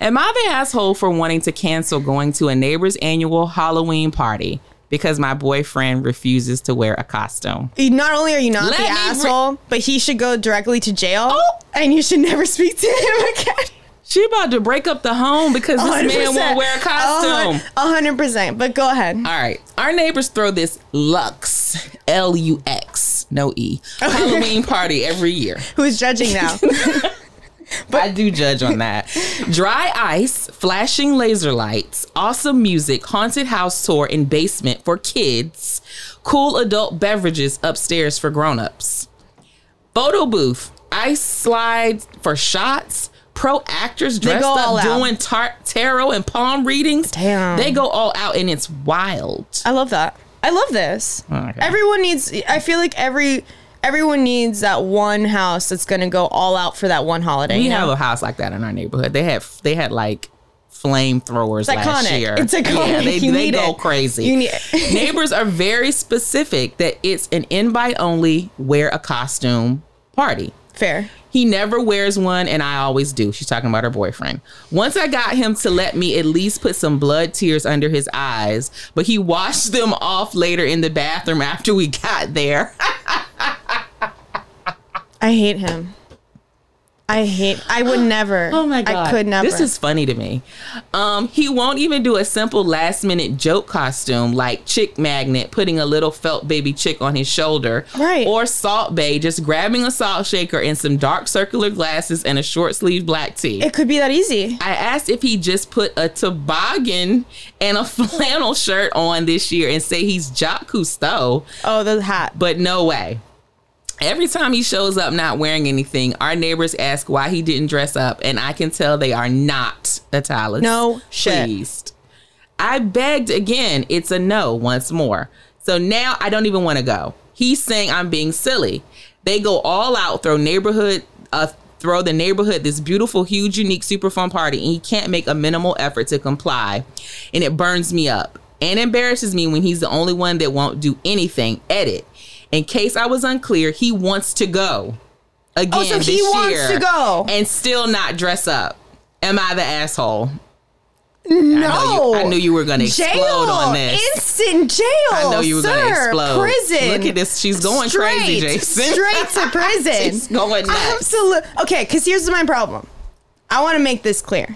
C: Am I the asshole for wanting to cancel going to a neighbor's annual Halloween party because my boyfriend refuses to wear a costume?
B: Not only are you not
C: Let
B: the
C: me re-
B: asshole, but he should go directly to jail,
C: Oh.
B: and you should never speak to him again.
C: She about to break up the home because this man won't wear a costume.
B: A hundred percent. But go ahead.
C: All right. Our neighbors throw this Lux, L U X, no E, Halloween party every year.
B: Who's judging now?
C: I do judge on that. Dry ice, flashing laser lights, awesome music, haunted house tour in basement for kids, cool adult beverages upstairs for grown-ups. Photo booth, ice slides for shots. Pro actors dressed
B: go all
C: up
B: out.
C: doing tar- tarot and palm readings.
B: Damn.
C: They go all out and it's wild.
B: I love that. I love this.
C: Okay.
B: Everyone needs. I feel like every everyone needs that one house that's gonna go all out for that one holiday.
C: We
B: you know?
C: have a house like that in our neighborhood. They had they had like flamethrowers last
B: iconic.
C: year.
B: It's iconic.
C: Yeah, they
B: You
C: they
B: need
C: go
B: it.
C: crazy.
B: You need-
C: Neighbors are very specific that it's an invite only, wear a costume party.
B: fair.
C: He never wears one, and I always do. She's talking about her boyfriend. Once I got him to let me at least put some blood tears under his eyes, but he washed them off later in the bathroom after we got there.
B: I hate him. I hate. I would never.
C: Oh my god.
B: I could never.
C: This is funny to me. Um, he won't even do a simple last minute joke costume like chick magnet putting a little felt baby chick on his shoulder.
B: Right.
C: Or salt bay just grabbing a salt shaker and some dark circular glasses and a short sleeve black tee.
B: It could be that easy.
C: I asked if he just put a toboggan and a flannel shirt on this year and say he's Jacques Cousteau,
B: Oh, the hat.
C: but no way. Every time he shows up not wearing anything, our neighbors ask why he didn't dress up, and I can tell they are not Italics.
B: No shit.
C: Pleased. I begged again. It's a no once more. So now I don't even want to go. He's saying I'm being silly. They go all out, throw neighborhood, uh, throw the neighborhood this beautiful, huge, unique, super fun party, and he can't make a minimal effort to comply. And it burns me up and embarrasses me when he's the only one that won't do anything. Edit. In case I was unclear, he wants to go again.
B: Oh, so he
C: this
B: wants
C: year
B: to go.
C: and still not dress up. Am I the asshole?
B: No,
C: I know Oh, you- I knew you were gonna explode
B: jail,
C: on this.
B: Instant jail.
C: I know you were
B: sir,
C: gonna explode.
B: Prison.
C: Look at this. She's going
B: straight,
C: crazy, Jason.
B: Straight to prison.
C: She's going nuts.
B: Absolutely. Okay, because here's my problem. I want to make this clear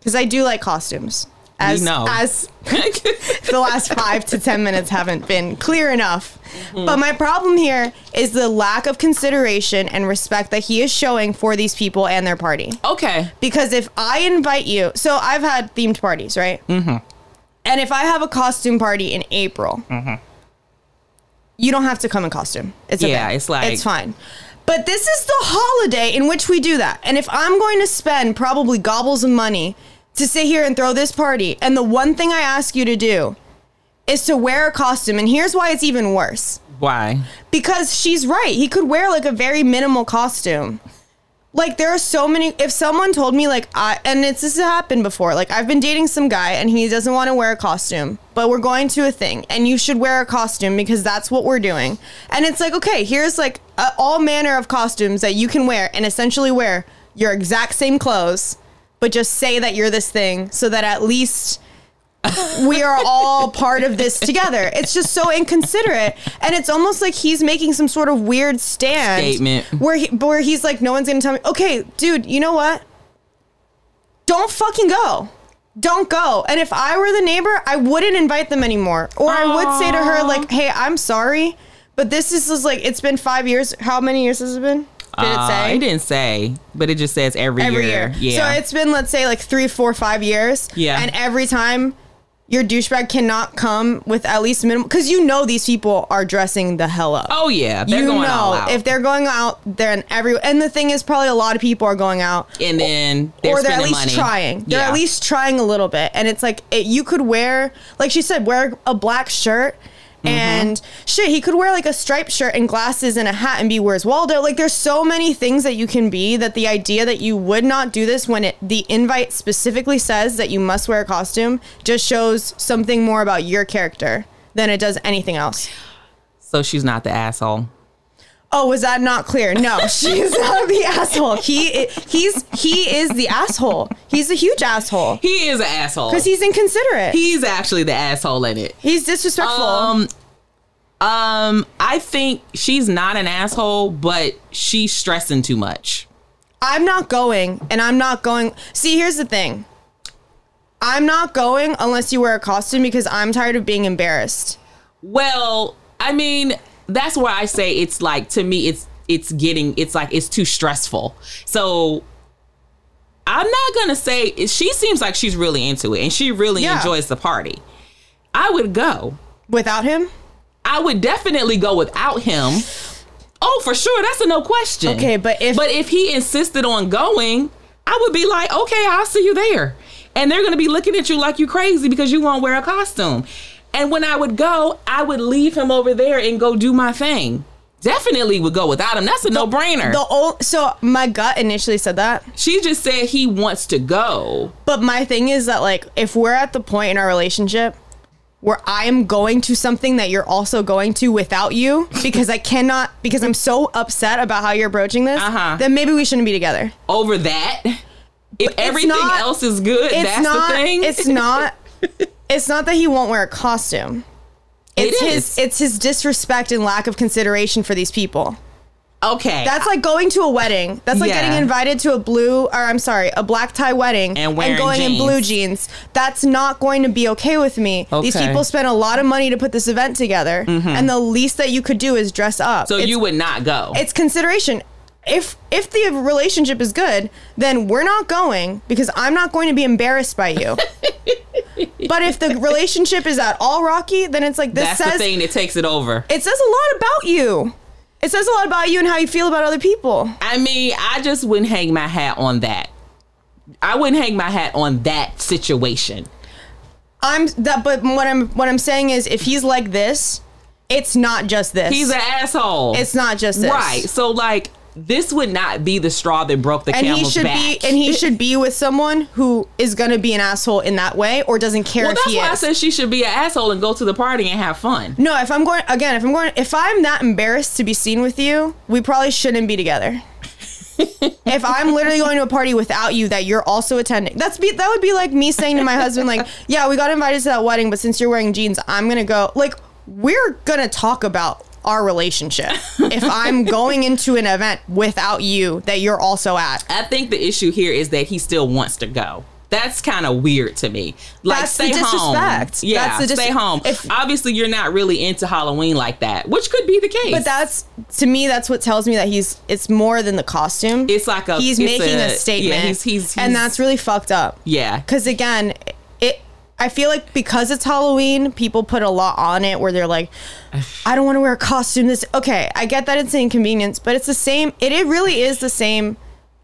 B: because I do like costumes. As
C: know.
B: as the last five to ten minutes haven't been clear enough.
C: Mm-hmm.
B: But my problem here is the lack of consideration and respect that he is showing for these people and their party.
C: okay.
B: Because if I invite you, so I've had themed parties, right? Mm-hmm. And if I have a costume party in April,
C: Mm-hmm.
B: you don't have to come in costume. It's
C: Yeah,
B: okay.
C: it's like-
B: it's fine. But this is the holiday in which we do that. And if I'm going to spend probably gobbles of money to sit here and throw this party, and the one thing I ask you to do is to wear a costume, and here's why it's even worse
C: Why?
B: because she's right. He could wear like a very minimal costume. Like there are so many. If someone told me like I and it's this has happened before. Like I've been dating some guy and he doesn't want to wear a costume, but we're going to a thing and you should wear a costume because that's what we're doing. And it's like okay, here's like a, all manner of costumes that you can wear and essentially wear your exact same clothes, but just say that you're this thing so that at least we are all part of this together. It's just so inconsiderate, and it's almost like he's making some sort of weird stand
C: Statement.
B: where he, where he's like, no one's gonna tell me. Okay, dude, you know what? Don't fucking go. Don't go. And if I were the neighbor, I wouldn't invite them anymore, or I would say to her like, hey, I'm sorry, but this is just like it's been five years. How many years has it been? Did it
C: Uh,
B: say?
C: It didn't say, but it just says every,
B: every year.
C: year. Yeah.
B: So it's been let's say like three, four, five years.
C: Yeah.
B: And every time your douchebag cannot come with at least minimal because you know these people are dressing the hell up.
C: oh yeah, they're
B: you
C: going
B: know
C: all out.
B: if they're going out, then every and the thing is probably a lot of people are going out.
C: and then they're
B: or they're at
C: spending
B: least
C: money.
B: trying. They're
C: Yeah.
B: at least trying a little bit, and it's like it, you could wear, like she said, wear a black shirt,
C: Mm-hmm.
B: and shit, he could wear like a striped shirt and glasses and a hat and be where's Waldo. Like there's so many things that you can be. That the idea that you would not do this when it the invite specifically says that you must wear a costume just shows something more about your character than it does anything else.
C: So she's not the asshole.
B: Oh, was that not clear? No, she's not the asshole. He i- he's he is the asshole. He's a huge asshole.
C: He is an asshole.
B: Because he's inconsiderate.
C: he's actually the asshole in it.
B: he's disrespectful.
C: Um, um, I think she's not an asshole, but she's stressing too much.
B: I'm not going, and I'm not going. See, here's the thing. I'm not going unless you wear a costume because I'm tired of being embarrassed.
C: Well, I mean, that's where I say it's like to me, it's it's getting it's like it's too stressful. So I'm not gonna say she seems like she's really into it and she really
B: Yeah.
C: enjoys the party. I would go.
B: Without him?
C: I would definitely go without him. Oh, for sure. That's a no question.
B: Okay, but if-
C: but if he insisted on going, I would be like, okay, I'll see you there. And they're gonna be looking at you like you crazy because you won't wear a costume. And when I would go, I would leave him over there and go do my thing. Definitely would go without him. That's a no brainer.
B: The old so my gut initially said that.
C: She just said he wants to go.
B: But my thing is that like if we're at the point in our relationship where I am going to something that you're also going to without you because I cannot because I'm so upset about how you're approaching this,
C: Uh-huh.
B: then maybe we shouldn't be together.
C: Over that. If everything
B: not-
C: else is good,
B: it's
C: that's
B: not,
C: the thing.
B: It's not. It's not that he won't wear a costume.
C: It
B: It's
C: is.
B: his. It's his disrespect and lack of consideration for these people.
C: okay.
B: That's like going to a wedding. That's like
C: Yeah.
B: getting invited to a blue, or I'm sorry, a black tie wedding,
C: And wearing
B: going in
C: jeans.
B: blue jeans. That's not going to be okay with me. These
C: Okay. Mm-hmm.
B: people spent a lot of money to put this event together, and the least that you could do is dress up.
C: so
B: It's-
C: you would not go.
B: it's consideration. If if the relationship is good, then we're not going because I'm not going to be embarrassed by you. but if the relationship is at all rocky, then it's like this
C: That's the
B: says
C: thing that takes it over.
B: it says a lot about you. It says a lot about you and how you feel about other people.
C: I mean, I just wouldn't hang my hat on that. I wouldn't hang my hat on that situation.
B: I'm that but what I'm what I'm saying is if he's like this, it's not just this.
C: He's an asshole.
B: it's not just this.
C: right. So like this would not be the straw that broke the
B: and he
C: camel's
B: should be
C: back.
B: and he should be with someone who is going to be an asshole in that way or doesn't care
C: well,
B: if
C: that's
B: he
C: why I
B: is.
C: said she should be an asshole and go to the party and have fun.
B: no, if I'm going again, if I'm going if I'm that embarrassed to be seen with you, we probably shouldn't be together. if I'm literally going to a party without you that you're also attending. That's be that would be like me saying to my husband like, "Yeah, we got invited to that wedding, but since you're wearing jeans, I'm going to go." Like we're going to talk about our relationship if I'm going into an event without you that you're also at.
C: I think the issue here is that he still wants to go. That's kind of weird to me. Like,
B: That's the
C: stay home.
B: disrespect.
C: Yeah,
B: That's the dis-
C: stay home.
B: if-
C: Obviously, you're not really into Halloween like that, which could be the case.
B: But that's to me. That's what tells me that he's. It's more than the costume.
C: It's like a-
B: He's
C: it's
B: making
C: a-
B: a,
C: yeah,
B: statement.
C: he's- he's- he's-
B: and that's really fucked up.
C: yeah,
B: Because again, it. I feel like because it's Halloween, people put a lot on it where they're like, I don't want to wear a costume. This okay. I get that it's an inconvenience, but it's the same. It it really is the same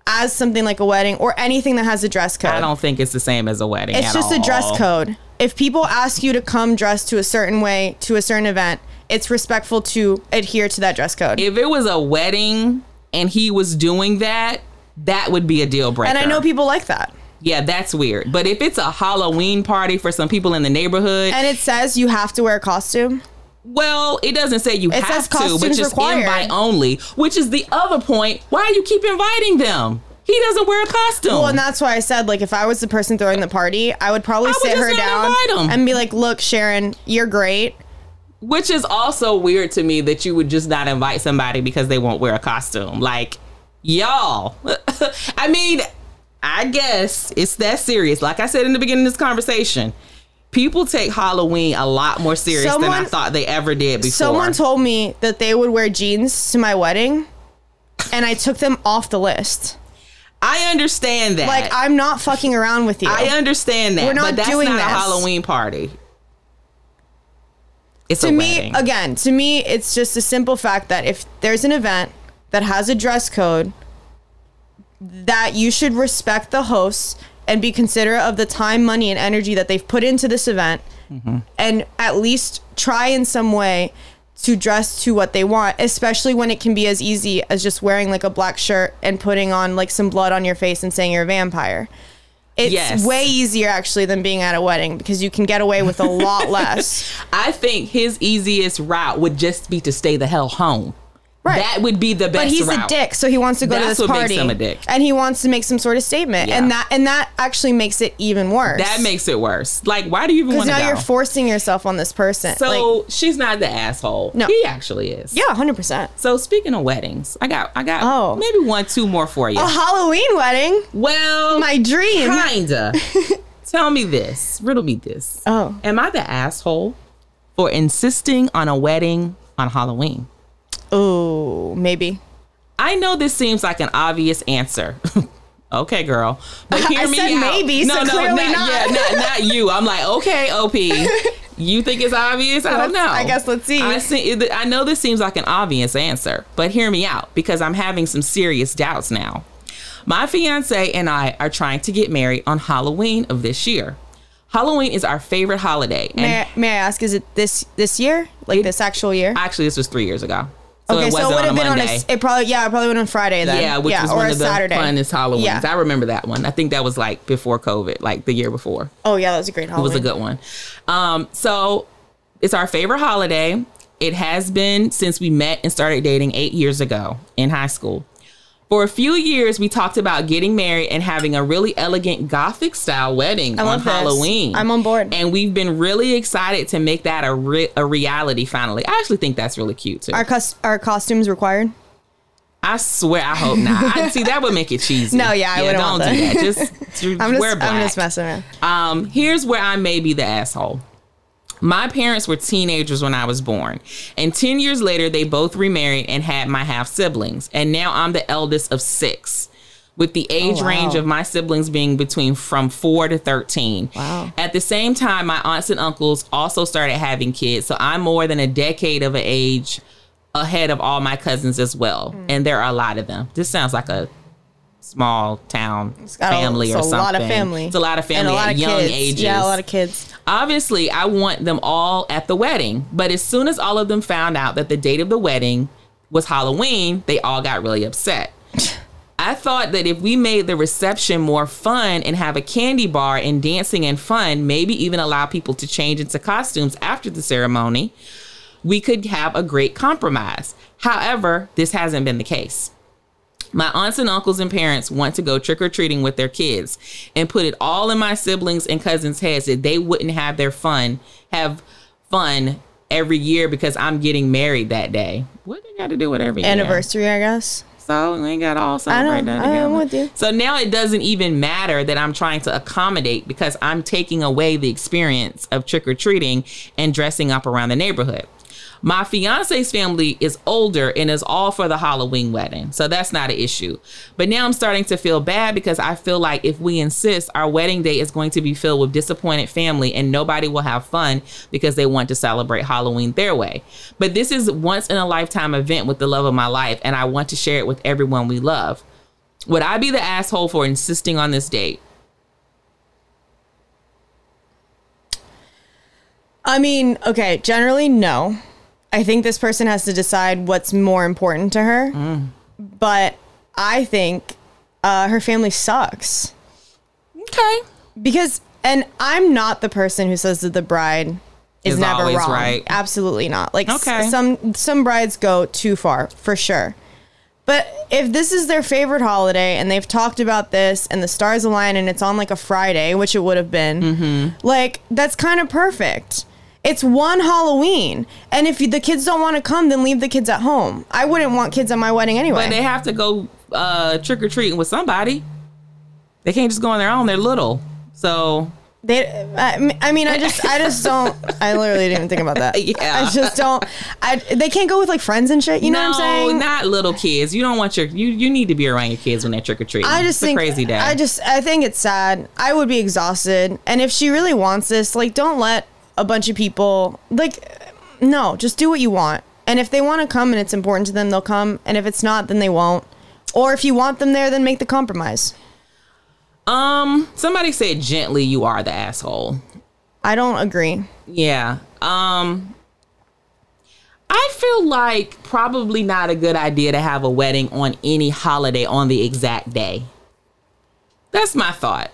B: as something like a wedding or anything that has a dress code.
C: I don't think it's the same as a wedding.
B: It's
C: at
B: just a dress
C: all.
B: code. If people ask you to come dressed to a certain way to a certain event, it's respectful to adhere to that dress code.
C: If it was a wedding and he was doing that, that would be a deal breaker.
B: and I know people like that.
C: Yeah, that's weird. But if it's a Halloween party for some people in the neighborhood,
B: And it says you have to wear a costume.
C: Well, it doesn't say you have
B: says
C: to, but
B: costumes
C: just
B: required.
C: invite only, which is the other point. Why you keep inviting them? He doesn't wear a costume.
B: Well, and that's why I said like if I was the person throwing the party, I would probably
C: would
B: sit
C: just
B: her
C: not
B: down
C: invite 'em.
B: and be like, "Look, Sharon, you're great."
C: which is also weird to me that you would just not invite somebody because they won't wear a costume. Like, y'all. I mean, I guess it's that serious. Like I said in the beginning of this conversation, people take Halloween a lot more serious than I
B: Someone-
C: thought they ever did before.
B: Someone told me that they would wear jeans to my wedding, and I took them off the list.
C: I understand that.
B: Like I'm not fucking around with you.
C: I understand that.
B: We're not
C: but that's
B: doing
C: not a
B: this.
C: Halloween party. It's
B: to
C: a
B: me
C: wedding.
B: again to me it's just a simple fact that if there's an event that has a dress code that you should respect the hosts and be considerate of the time money and energy that they've put into this event
C: Mm-hmm.
B: and at least try in some way to dress to what they want especially when it can be as easy as just wearing like a black shirt and putting on like some blood on your face and saying you're a vampire it's
C: Yes.
B: way easier actually than being at a wedding because you can get away with a lot less
C: I think his easiest route would just be to stay the hell home.
B: Right.
C: That would be the best
B: but he's
C: route.
B: a dick, so he wants to go
C: That's
B: to this
C: what makes
B: party.
C: him a dick.
B: And he wants to make some sort of statement,
C: Yeah.
B: and that and that actually makes it even worse.
C: That makes it worse. Like, why do you even
B: because
C: want to
B: now
C: go?
B: you're forcing yourself on this person.
C: so
B: Like,
C: she's not the asshole.
B: No.
C: He actually is.
B: yeah, hundred percent.
C: So speaking of weddings, I got I got
B: Oh.
C: maybe one, two more for you.
B: A Halloween wedding,
C: well
B: my dream.
C: kinda. Tell me this. Riddle me this.
B: Oh,
C: Am I the asshole for insisting on a wedding on Halloween?
B: oh, maybe.
C: I know this seems like an obvious answer. okay, girl. But hear
B: I
C: me
B: said
C: out.
B: maybe, so
C: not,
B: clearly not.
C: Yeah, not, not you. I'm like, okay, OP. You think it's obvious? I don't know.
B: Let's- I guess let's see.
C: I, see, it- I know this seems like an obvious answer, but hear me out because I'm having some serious doubts now. My fiance and I are trying to get married on Halloween of this year. Halloween is our favorite holiday. And
B: May I, may I ask, is it this this year, like this actual year?
C: actually, this was three years ago. So
B: okay,
C: it
B: so it
C: wasn't
B: would
C: on a
B: have been
C: Monday.
B: on a. It probably yeah, it probably went on Friday then.
C: Yeah, which was
B: or
C: one
B: a
C: of the
B: Saturday.
C: funnest Halloweens.
B: Yeah.
C: I remember that one. I think that was like before COVID, like the year before.
B: oh yeah, that was a great
C: It
B: Halloween.
C: was a good one. Um, so it's our favorite holiday. It has been since we met and started dating eight years ago in high school. For a few years, we talked about getting married and having a really elegant Gothic style wedding on
B: love this.
C: Halloween.
B: I'm on board.
C: and we've been really excited to make that a re- a reality. Finally, I actually think that's really cute too.
B: Our cos- our costumes required.
C: I swear, I hope not. I, see, that would make it cheesy.
B: No, yeah, I wouldn't
C: don't
B: want
C: do
B: that.
C: that. Just, just
B: I'm just
C: wear black.
B: I'm just messing. Around.
C: Um, here's where I may be the asshole. My parents were teenagers when I was born, and 10 years later, they both remarried and had my half siblings. And now I'm the eldest of six, with the age
B: Oh, wow.
C: range of my siblings being between from four to 13.
B: Wow.
C: At the same time, my aunts and uncles also started having kids, so I'm more than a decade of an age ahead of all my cousins as well.
B: Mm.
C: And there are a lot of them. This sounds like a small town
B: got a-
C: family
B: it's
C: or
B: a
C: something.
B: lot of family.
C: It's a lot of family
B: and a lot
C: at
B: of
C: young
B: kids.
C: ages.
B: Yeah, a lot of kids.
C: Obviously, I want them all at the wedding. But as soon as all of them found out that the date of the wedding was Halloween, they all got really upset. I thought that if we made the reception more fun and have a candy bar and dancing and fun, maybe even allow people to change into costumes after the ceremony, we could have a great compromise. However, this hasn't been the case. My aunts and uncles and parents want to go trick or treating with their kids and put it all in my siblings and cousins' heads that they wouldn't have their fun, have fun every year because I'm getting married that day. What they got to do with every year?
B: Anniversary, I guess.
C: So we ain't got all
B: I
C: celebrate
B: don't-
C: that
B: I
C: together.
B: am with you.
C: So now it doesn't even matter that I'm trying to accommodate because I'm taking away the experience of trick or treating and dressing up around the neighborhood. My fiance's family is older and is all for the Halloween wedding. So that's not an issue. But now I'm starting to feel bad because I feel like if we insist, our wedding day is going to be filled with disappointed family and nobody will have fun because they want to celebrate Halloween their way. But this is once in a lifetime event with the love of my life, and I want to share it with everyone we love. Would I be the asshole for insisting on this date?
B: I mean, okay, generally, no. I think this person has to decide what's more important to her.
C: Mm.
B: But I think uh, her family sucks.
C: Okay.
B: Because, and I'm not the person who says that the bride is
C: Is
B: never
C: always
B: wrong.
C: right.
B: Absolutely not. Like s-
C: Okay.
B: some some brides go too far for sure. But if this is their favorite holiday and they've talked about this and the stars align and it's on like a Friday, which it would have been,
C: Mm-hmm.
B: like that's kind of perfect. It's one Halloween, and if you, the kids don't want to come, then leave the kids at home. I wouldn't want kids at my wedding anyway.
C: But they have to go uh, trick or treating with somebody. They can't just go on their own. They're little. So
B: They, I I mean, I just, I just don't. I literally didn't think about that.
C: Yeah.
B: I just don't. I they can't go with like friends and shit. You know what I'm saying?
C: Not little kids. You don't want your you you need to be around your kids when they're trick or treating.
B: I just
C: it's
B: think
C: a crazy day.
B: I just, I think it's sad. I would be exhausted, and if she really wants this, like, don't let a bunch of people like. No, just do what you want, and if they want to come and it's important to them, they'll come, and if it's not, then they won't. Or if you want them there, then make the compromise.
C: um somebody said gently you are the asshole.
B: I don't agree.
C: Yeah. Um I feel like probably not a good idea to have a wedding on any holiday on the exact day. That's my thought.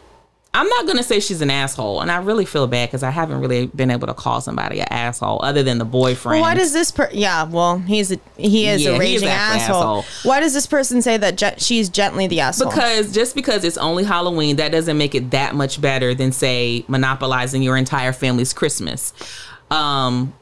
C: I'm not going to say she's an asshole, and I really feel bad cuz I haven't really been able to call somebody an asshole other than the boyfriend.
B: Why does this per? Yeah, well, he's a he is
C: Yeah, he
B: a
C: is
B: raging
C: actually an
B: asshole.
C: asshole.
B: Why does this person say that ge- she's gently the asshole?
C: because just because it's only Halloween, that doesn't make it that much better than say monopolizing your entire family's Christmas. Um,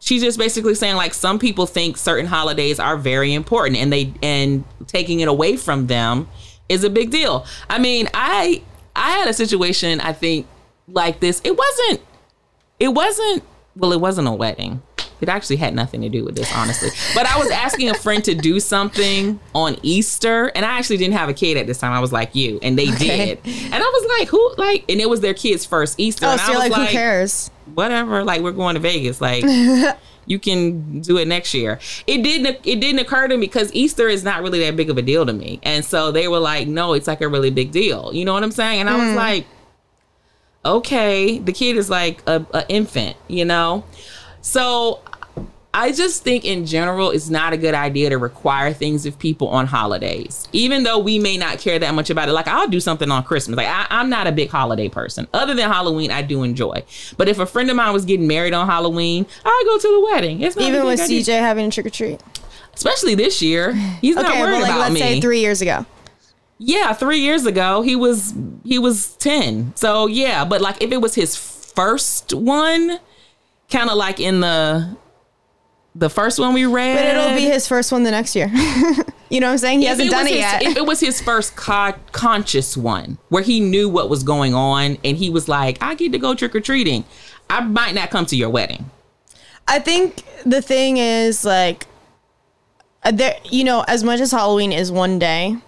C: she's just basically saying like some people think certain holidays are very important, and they and taking it away from them is a big deal. I mean, I I had a situation I think like this. It wasn't it wasn't well it wasn't a wedding it actually had nothing to do with this honestly but i was asking a friend to do something on easter and i actually didn't have a kid at this time i was like you and they
B: Okay.
C: did and i was like who like and it was their kid's first easter
B: oh,
C: and
B: so
C: i
B: you're
C: was
B: like, who cares?
C: whatever like we're going to vegas like you can do it next year it didn't it didn't occur to me because easter is not really that big of a deal to me and so they were like no it's like a really big deal you know what i'm saying and i was like okay the kid is like a, a infant you know so I just think in general, it's not a good idea to require things of people on holidays, even though we may not care that much about it. Like, I'll do something on Christmas. Like, I, I'm not a big holiday person. Other than Halloween, I do enjoy. But if a friend of mine was getting married on Halloween, I'll go to the wedding. It's not a
B: Even
C: big
B: with
C: idea.
B: CJ having a trick or treat.
C: Especially this year. He's not
B: Okay,
C: worried
B: well, like
C: about
B: let's
C: me.
B: say three years ago.
C: Yeah, three years ago he was he was ten. So yeah, but like if it was his first one, kind of like in the the first one we read,
B: But it'll be his first one the next year. you know what I'm saying? He
C: If
B: hasn't done
C: was
B: it
C: his,
B: yet.
C: If it was his first co- conscious one, where he knew what was going on, and he was like, "I get to go trick or treating," I might not come to your wedding.
B: I think the thing is like uh, there you know as much as Halloween is one day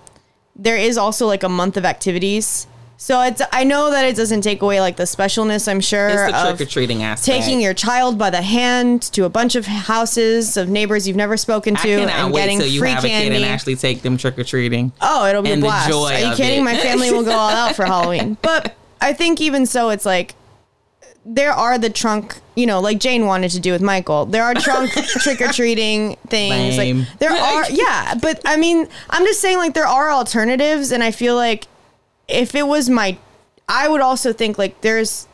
B: there is also like a month of activities so it's I know that it doesn't take away like the specialness I'm sure
C: It's the
B: of
C: trick or treating aspect.
B: taking your child by the hand to a bunch of houses of neighbors you've never spoken
C: I
B: to
C: cannot
B: and
C: wait
B: getting
C: till you
B: free
C: have a
B: candy
C: kid and actually take them trick or treating.
B: Oh, it'll be
C: and
B: a
C: the
B: blast.
C: joy
B: Are you
C: of
B: kidding?
C: it.
B: My family will go all out for Halloween. But I think even so, it's like there are the trunk you know, like Jane wanted to do with Michael. There are drunk trick or treating things.
C: Lame.
B: Like there are, yeah. But I mean, I'm just saying, like there are alternatives, and I feel like if it was my, I would also think like there's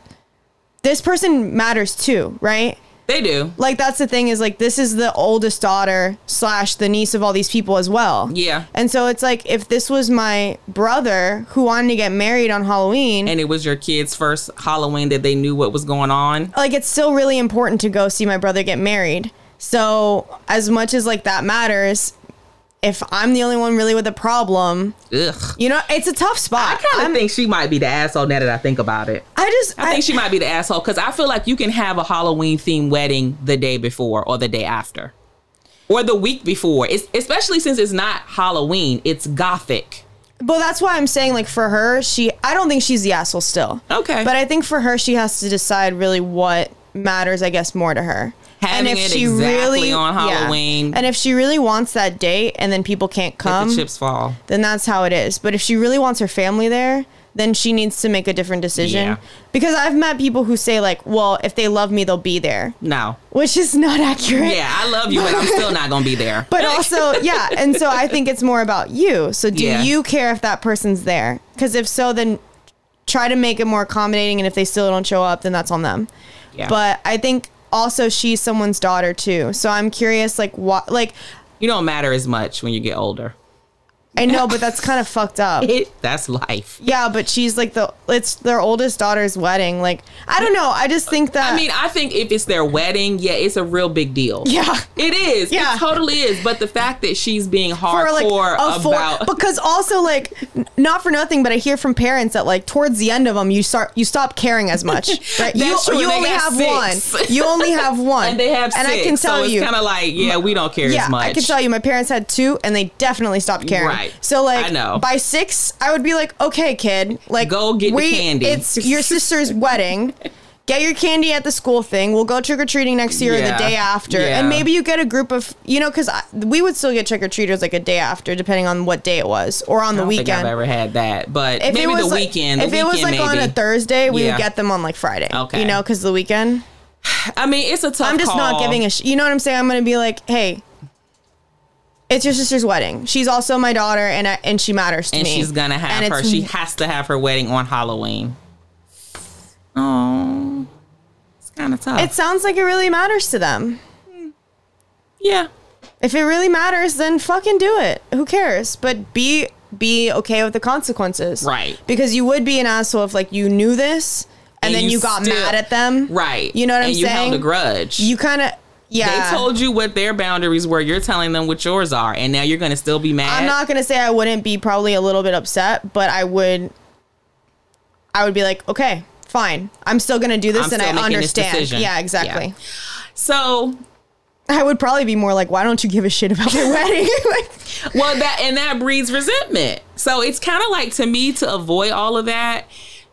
B: this person matters too, right?
C: They do.
B: like that's the thing is like this is the oldest daughter slash the niece of all these people as well.
C: Yeah.
B: And so it's like if this was my brother who wanted to get married on Halloween,
C: And it was your kids' first Halloween that they knew what was going on.
B: like it's still really important to go see my brother get married. So as much as like that matters, if I'm the only one really with a problem,
C: Ugh.
B: you know, it's a tough
C: I
B: spot.
C: kind
B: I'm-
C: of think she might be the asshole now that I think about it.
B: I just
C: I think she might be the asshole because I feel like you can have a Halloween themed wedding the day before or the day after or the week before. It's, especially since it's not Halloween, it's gothic.
B: Well, that's why I'm saying like for her, she I don't think she's the asshole still.
C: Okay.
B: But I think for her, she has to decide really what matters, I guess, more to her.
C: Having it exactly on Halloween.
B: and if she really wants that date, and then people can't
C: Let
B: come,
C: the chips fall.
B: then that's how it is. But if she really wants her family there, then she needs to make a different decision.
C: Yeah.
B: Because I've met people who say like, "Well, if they love me, they'll be there,"
C: No.
B: which is not accurate.
C: Yeah, I love you, but I'm still not going to be there.
B: But also, yeah, and so I think it's more about you. So do
C: Yeah.
B: you care if that person's there? Because if so, then try to make it more accommodating. And if they still don't show up, then that's on them.
C: Yeah.
B: But I think also she's someone's daughter too. So I'm curious, like what, like
C: you don't matter as much when you get older.
B: I know, but that's kind of fucked up.
C: It, that's life.
B: Yeah, but she's like the it's their oldest daughter's wedding. Like I don't know. I just think that
C: I mean, I think if it's their wedding, yeah, it's a real big deal.
B: yeah.
C: It is.
B: Yeah.
C: It totally is. But the fact that she's being
B: For like
C: hardcore
B: a four,
C: about
B: because also like n- not for nothing, but I hear from parents that like towards the end of them you start you stop caring as much. Right? you
C: That's true,
B: you
C: they
B: only
C: got
B: have
C: six.
B: one. You only have one.
C: and they have
B: and I
C: six,
B: can tell
C: so
B: you,
C: it's kind of like yeah we don't care
B: yeah,
C: as much
B: I can tell you, my parents had two, and they definitely stopped caring.
C: Right.
B: So like,
C: I know.
B: by six, I would be like, okay, kid, like
C: Go get the candy.
B: It's your sister's wedding. Get your candy at the school thing. We'll go trick or treating next year or the
C: Yeah.
B: day after,
C: Yeah.
B: and maybe you get a group of you know because we would still get trick or treaters like a day after, depending on what day it was, or on the
C: I don't
B: weekend.
C: think I've ever had that but
B: if
C: maybe
B: it was
C: the
B: like,
C: weekend the
B: if it was like
C: weekend,
B: on a
C: maybe.
B: Thursday, we
C: Yeah.
B: would get them on like Friday.
C: Okay.
B: you know because the weekend.
C: I mean it's a tough
B: I'm just not giving a sh- you know what I'm saying? I'm going to be like, "Hey, it's your sister's wedding. She's also my daughter and I, and she matters to
C: and
B: me."
C: she's gonna have
B: And
C: her
B: it's-
C: she has to have her wedding on Halloween oh it's kind of tough
B: It sounds like it really matters to them.
C: yeah
B: If it really matters, then fucking do it. Who cares? But be be okay with the consequences.
C: Right.
B: Because you would be an asshole if like you knew this and,
C: And
B: then you,
C: you
B: got
C: still-
B: mad at them.
C: right
B: You know what
C: and
B: I'm
C: you
B: saying?
C: held a grudge
B: You kind of yeah.
C: they told you what their boundaries were you're telling them what yours are and now you're gonna still be mad
B: I'm not gonna say I wouldn't be probably a little bit upset, but I would. I would be like, okay, fine. I'm still gonna do this,
C: I'm
B: and
C: still
B: I
C: making this
B: understand.
C: decision.
B: Yeah, exactly.
C: so
B: I would probably be more like, why don't you give a shit about my wedding? like,
C: well that and that breeds resentment so it's kind of like to me to avoid all of that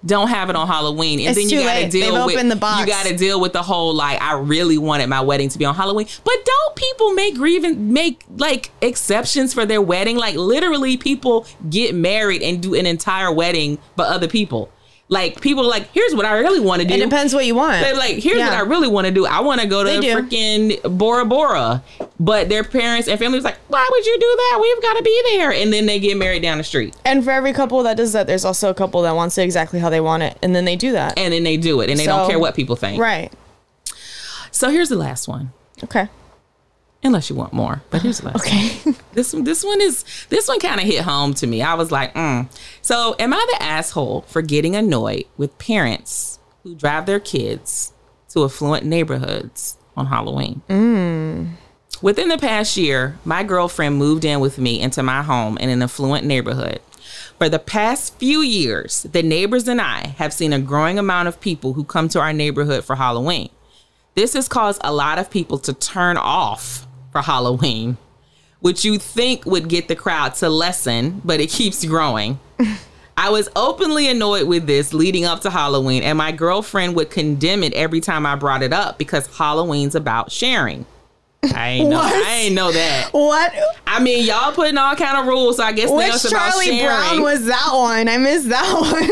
C: don't have it on Halloween, and
B: It's
C: then you
B: too
C: gotta
B: late.
C: deal
B: They've
C: with
B: opened the box.
C: you gotta deal with the whole like I really wanted my wedding to be on Halloween, but don't people make grieving make like exceptions for their wedding? Like literally, people get married and do an entire wedding for other people. Like people are like here's what I really want to do.
B: it depends what you want.
C: They're like, here's
B: Yeah.
C: what I really want to do. I want to go to
B: They do.
C: freaking Bora Bora. But their parents and family was like, why would you do that? We've got to be there. And then they get married down the street.
B: and for every couple that does that, there's also a couple that wants it exactly how they want it, and then they do that.
C: And then they do it. And they
B: So-
C: don't care what people think.
B: right.
C: So here's the last one.
B: Okay.
C: Unless you want more. But here's the last one.
B: Okay.
C: This one, this one is this one kind of hit home to me. I was like, mm. so am I the asshole for getting annoyed with parents who drive their kids to affluent neighborhoods on Halloween? Within the past year, my girlfriend moved in with me into my home in an affluent neighborhood. For the past few years, the neighbors and I have seen a growing amount of people who come to our neighborhood for Halloween. This has caused a lot of people to turn off for Halloween, which you think would get the crowd to lessen, but it keeps growing. I was openly annoyed with this leading up to Halloween, and my girlfriend would condemn it every time I brought it up because Halloween's about sharing. I ain't know.
B: What?
C: I ain't know that.
B: what?
C: I mean, y'all putting all kind of rules, so I guess now
B: Which
C: it's about
B: Charlie
C: sharing.
B: Brown was that one? I missed that one.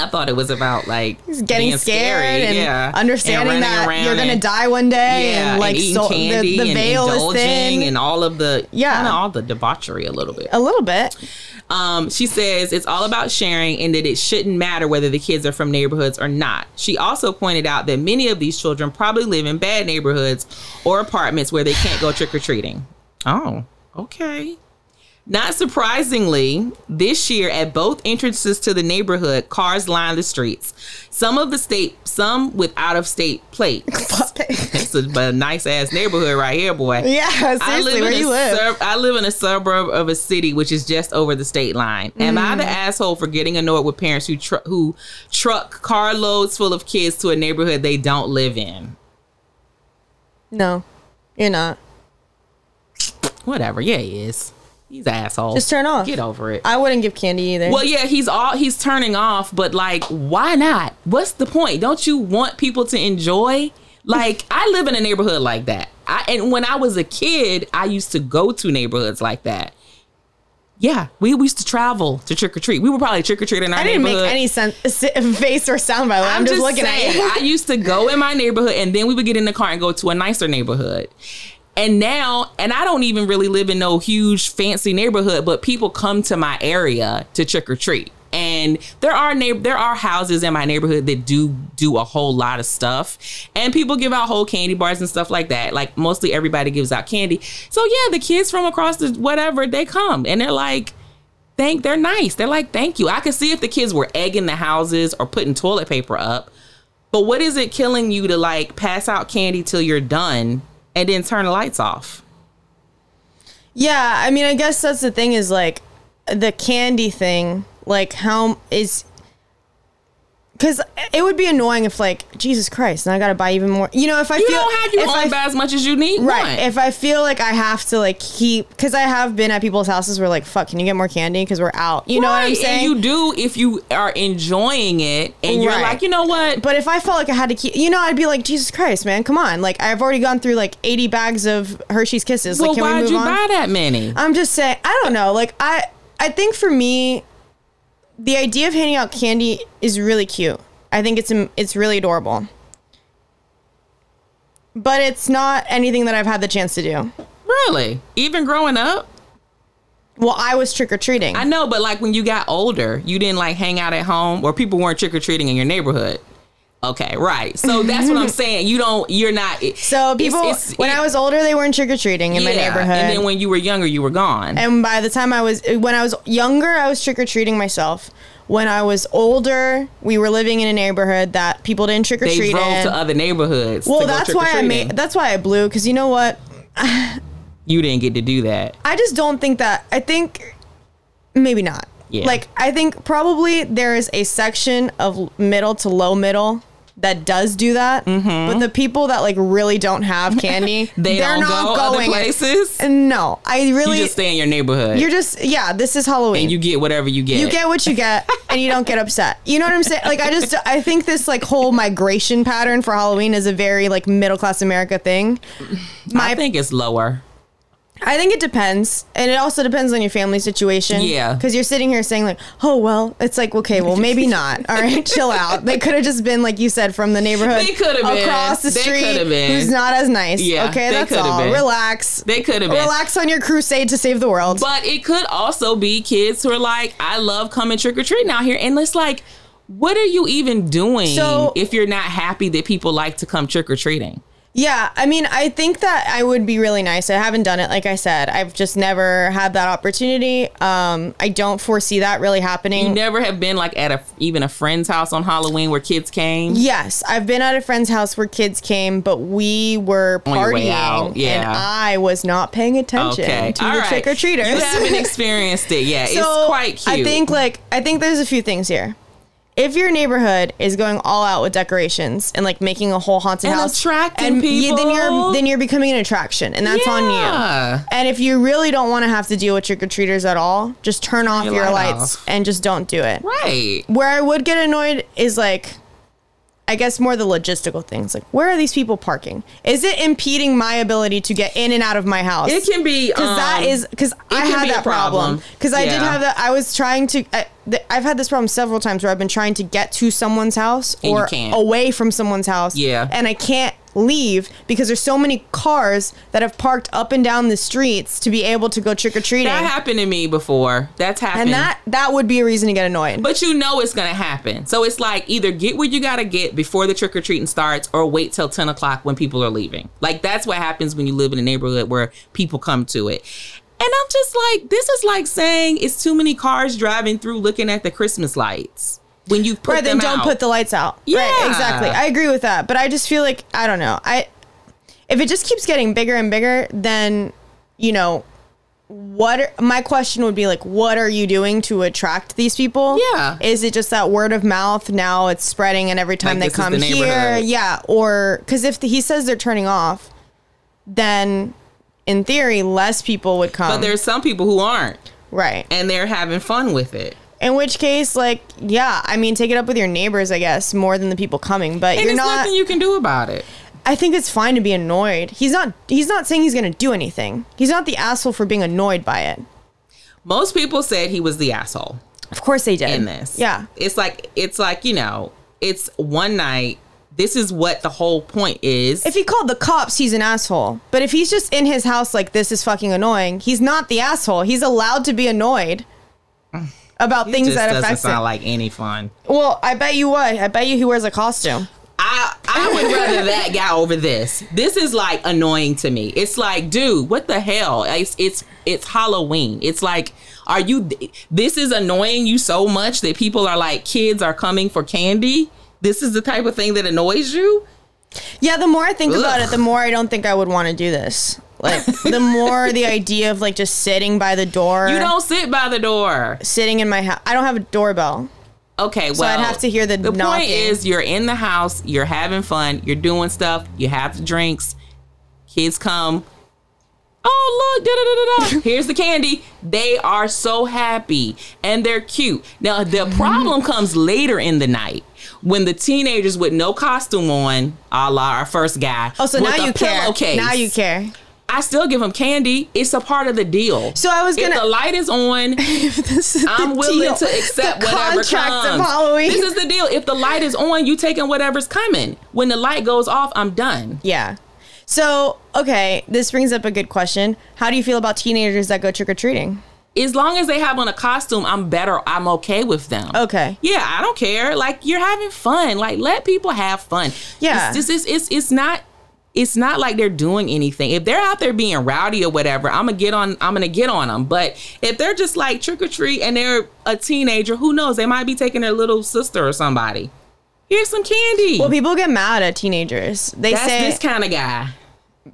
C: I thought it was about like
B: getting
C: being
B: scared
C: scary,
B: and
C: yeah.
B: understanding
C: And running
B: that
C: around
B: you're gonna
C: and-
B: die one day
C: yeah,
B: and like
C: eating
B: so
C: candy
B: the, the veil
C: and
B: is
C: indulging
B: thin
C: and all of the
B: Yeah.
C: kind of all the debauchery a little bit.
B: a little bit
C: Um, she says it's all about sharing and that it shouldn't matter whether the kids are from neighborhoods or not. She also pointed out that many of these children probably live in bad neighborhoods or apartments where they can't go trick or treating. Oh, okay. Not surprisingly, this year at both entrances to the neighborhood, cars lined the streets. Some of the state, some with out of state plates. It's a, but a nice ass neighborhood right here, boy.
B: yeah seriously where
C: in
B: you
C: a
B: live
C: Sub- I live in a suburb of a city which is just over the state line. Am I
B: Mm.
C: the asshole for getting annoyed with parents who tr- who truck carloads full of kids to a neighborhood they don't live in?
B: no you're not
C: Whatever. Yeah, he is. He's an asshole.
B: Just turn off.
C: Get over it.
B: i wouldn't give candy either
C: well, yeah, he's all he's turning off, but like, why not? What's the point? Don't you want people to enjoy? Like, I live in a neighborhood like that. I and when I was a kid, I used to go to neighborhoods like that. Yeah, we we used to travel to trick or treat. We were probably trick or treating our
B: i didn't make
C: neighborhood.
B: any sense face or sound by the way i'm, just, looking at you
C: I used to go in my neighborhood and then we would get in the car and go to a nicer neighborhood. And now, and I don't even really live in no huge fancy neighborhood, but people come to my area to trick or treat. And there are neighbor, there are houses in my neighborhood that do do a whole lot of stuff, and people give out whole candy bars and stuff like that. Like mostly everybody gives out candy. So yeah, the kids from across the whatever they come and they're like, thank they're nice. They're like, thank you. I could see if the kids were egging the houses or putting toilet paper up. But what is it killing you to like pass out candy till you're done and then turn the lights off?
B: Yeah, I mean, I guess that's the thing is like the candy thing. Like, how is because it would be annoying if like Jesus Christ, and I gotta buy even more. You know, if I
C: You
B: feel
C: don't have your
B: if
C: own
B: I-
C: buy as much as you need.
B: right,
C: want.
B: if I feel like I have to like keep because I have been at people's houses where like fuck, can you get more candy because we're out. You know what I'm
C: Right,
B: saying?
C: And you do if you are enjoying it and you're
B: Right.
C: like, you know what?
B: but if I felt like I had to keep, you know, I'd be like, Jesus Christ, man, come on! Like I've already gone through like 80 bags of Hershey's Kisses.
C: well,
B: like, can we
C: why'd
B: move
C: you
B: on?
C: buy that many?
B: I'm just saying, I don't know. Like I I think for me the idea of handing out candy is really cute. I think it's it's really adorable. But it's not anything that I've had the chance to do.
C: really? Even growing up?
B: Well, I was trick or treating.
C: I know, but like when you got older, you didn't like hang out at home or people weren't trick or treating in your neighborhood. Okay, right. So that's what I'm saying. You don't, you're not. it-
B: So people
C: it's-
B: when I was older they weren't trick or treating in my
C: yeah,
B: neighborhood.
C: And then when you were younger, you were gone.
B: and by the time I was when I was younger, I was trick or treating myself. When I was older, we were living in a neighborhood that people didn't trick or
C: they
B: treat
C: drove
B: in.
C: to other neighborhoods. to
B: well,
C: go
B: that's why I
C: trick-or-treating.
B: made that's why I blew because you know what?
C: You didn't get to do that.
B: I just don't think that. I think maybe not.
C: Yeah.
B: Like I think probably there is a section of middle to low middle that does do that, but the people that like really don't have candy,
C: Mm-hmm. They
B: they're
C: don't
B: not
C: go
B: going
C: other places.
B: No, I
C: You
B: really.
C: just stay in your neighborhood.
B: you're just yeah. This is Halloween.
C: you get whatever you get.
B: You get what you get, and you don't get upset. You know what I'm saying? Like I just, I think this like whole migration pattern for Halloween is a very like middle class America thing.
C: I
B: My,
C: think it's lower.
B: I think it depends, and it also depends on your family situation.
C: Yeah.
B: because you're sitting here saying like, "Oh well," it's like, okay, well, maybe not. All right, chill out. They could have just been like you said from the neighborhood.
C: They coulda been.
B: across the
C: They
B: street,
C: coulda been.
B: who's not as nice.
C: Yeah,
B: okay,
C: they
B: that's
C: coulda
B: all.
C: been.
B: Relax.
C: They could have been.
B: Relax on your crusade to save the world.
C: But it could also be kids who are like, I love coming trick or treating out here. And it's like, what are you even doing
B: So-
C: if you're not happy that people like to come trick or treating?
B: Yeah, I mean, I think that I would be really nice. I haven't done it, like I said. I've just never had that opportunity. Um, I don't foresee that really happening.
C: You never have been like at a even a friend's house on Halloween where kids came.
B: yes, I've been at a friend's house where kids came, but we were
C: On your way
B: partying,
C: out,
B: and
C: yeah.
B: I was not paying attention
C: Okay.
B: to
C: All
B: the
C: right.
B: trick or treaters.
C: You haven't experienced it yet. it's quite cute.
B: I think like I think there's a few things here. If your neighborhood is going all out with decorations and like making a whole haunted
C: And
B: house,
C: attracting
B: yeah, then
C: people.
B: you're then you're becoming an attraction, and that's on
C: Yeah.
B: you. And if you really don't want to have to deal with trick or treaters at all, just turn off
C: Your
B: your,
C: light
B: lights
C: off.
B: and just don't do it.
C: right.
B: Where I would get annoyed is like I guess more the logistical things. Like, where are these people parking? Is it impeding my ability to get in and out of my house?
C: It can be
B: because that
C: um,
B: is because I
C: can
B: had
C: be a
B: that problem
C: problem.
B: because I did
C: Yeah.
B: have that. I was trying to. I, th- I've had this problem several times where I've been trying to get to someone's house
C: And you
B: or
C: can't.
B: away from someone's house.
C: Yeah.
B: and I can't leave because there's so many cars that have parked up and down the streets to be able to go trick or treating,
C: That happened to me before. That's happened.
B: and that that would be a reason to get annoyed.
C: But you know it's gonna happen. So it's like either get what you gotta get before the trick or treating starts, or wait till ten o'clock when people are leaving. Like that's what happens when you live in a neighborhood where people come to it. And I'm just like, this is like saying it's too many cars driving through looking at the Christmas lights when you put
B: right, then
C: them
B: don't
C: out.
B: put the lights out.
C: Yeah.
B: Right, exactly. I agree with that. But I just feel like I don't know. I if it just keeps getting bigger and bigger, then you know what are, my question would be like what are you doing to attract these people
C: Yeah.
B: is it just that word of mouth now it's spreading and every time
C: Like,
B: they
C: this is
B: come
C: the
B: here
C: neighborhood.
B: yeah or because if he says they're turning off then in theory less people would come
C: But there's some people who aren't,
B: right
C: and they're having fun with it.
B: in which case, like, yeah, I mean, take it up with your neighbors, I guess, more than the people coming. But
C: And
B: you're
C: there's
B: not.
C: nothing you can do about it.
B: I think it's fine to be annoyed. He's not. He's not saying he's gonna do anything. He's not the asshole for being annoyed by it.
C: Most people said he was the asshole.
B: Of course they did.
C: in this.
B: Yeah.
C: It's like it's like, you know, it's one night. This is what the whole point is.
B: If he called the cops, he's an asshole. But if he's just in his house like this is fucking annoying, he's not the asshole. He's allowed to be annoyed about things
C: Just
B: that
C: doesn't
B: affect him.
C: sound like any fun.
B: well, I bet you what? I bet you he wears a costume.
C: I I would rather that guy over this. This is like annoying to me. It's like, dude, what the hell? It's it's it's Halloween. It's like, are you? This is annoying you so much that people are like, kids are coming for candy. This is the type of thing that annoys you.
B: Yeah, the more I think about
C: Ugh.
B: it, the more I don't think I would want to do this. Like the more the idea of like just sitting by the door,
C: You don't sit by the door.
B: sitting in my house. I don't have a doorbell.
C: Okay, well,
B: I'd have to hear the
C: The point
B: knocking.
C: is, you're in the house, you're having fun, you're doing stuff, you have drinks, kids come. Oh look, da da da da da. Here's the candy. They are so happy and they're cute. Now the problem comes later in the night when the teenagers with no costume on, a la our first guy.
B: Oh, so
C: with
B: now
C: a
B: you care.
C: pillowcase.
B: Now you care.
C: I still give them candy. It's a part of the deal.
B: So I was
C: If
B: gonna-
C: the light is on,
B: This is
C: I'm
B: the
C: willing
B: deal.
C: to accept
B: the
C: whatever
B: contract
C: comes.
B: of Halloween.
C: This is the deal. If the light is on, you taking whatever's coming. When the light goes off, I'm done.
B: yeah. So okay, this brings up a good question. How do you feel about teenagers that go trick or treating?
C: As long as they have on a costume, I'm better. I'm okay with them.
B: Okay.
C: Yeah, I don't care. Like you're having fun. Like let people have fun.
B: Yeah.
C: It's it's it's, it's not it's not like they're doing anything. If they're out there being rowdy or whatever, I'm gonna get on I'm gonna get on them. But if they're just like trick or treat and they're a teenager, who knows? They might be taking their little sister or somebody. Here's some candy.
B: Well, people get mad at teenagers. They
C: That's
B: say
C: this kind of guy.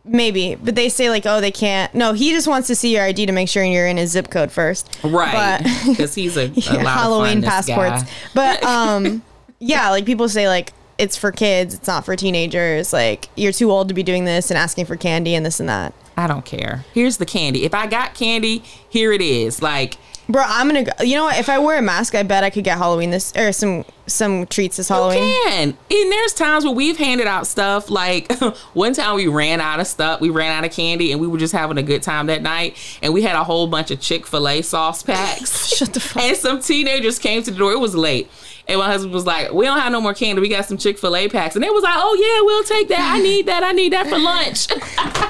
B: maybe, but they say like, oh, they can't. No, he just wants to see your ID to make sure you're in his zip code first.
C: Right.
B: But
C: Because he's a, a lot
B: Halloween
C: of fun, this
B: passports.
C: guy.
B: But um yeah, like people say like it's for kids, it's not for teenagers, like you're too old to be doing this and asking for candy and this and that.
C: I don't care. Here's the candy. If I got candy, here it is. Like,
B: Bro, I'm gonna go you know what, if I wear a mask, I bet I could get Halloween this or some some treats this Halloween.
C: man. And there's times where we've handed out stuff. Like, one time we ran out of stuff. We ran out of candy and we were just having a good time that night. And we had a whole bunch of Chick fil A sauce packs.
B: Shut the fuck
C: And some teenagers came to the door. It was late. And my husband was like, We don't have no more candy. We got some Chick fil A packs. And they was like, Oh, yeah, we'll take that. I need that. I need that for lunch.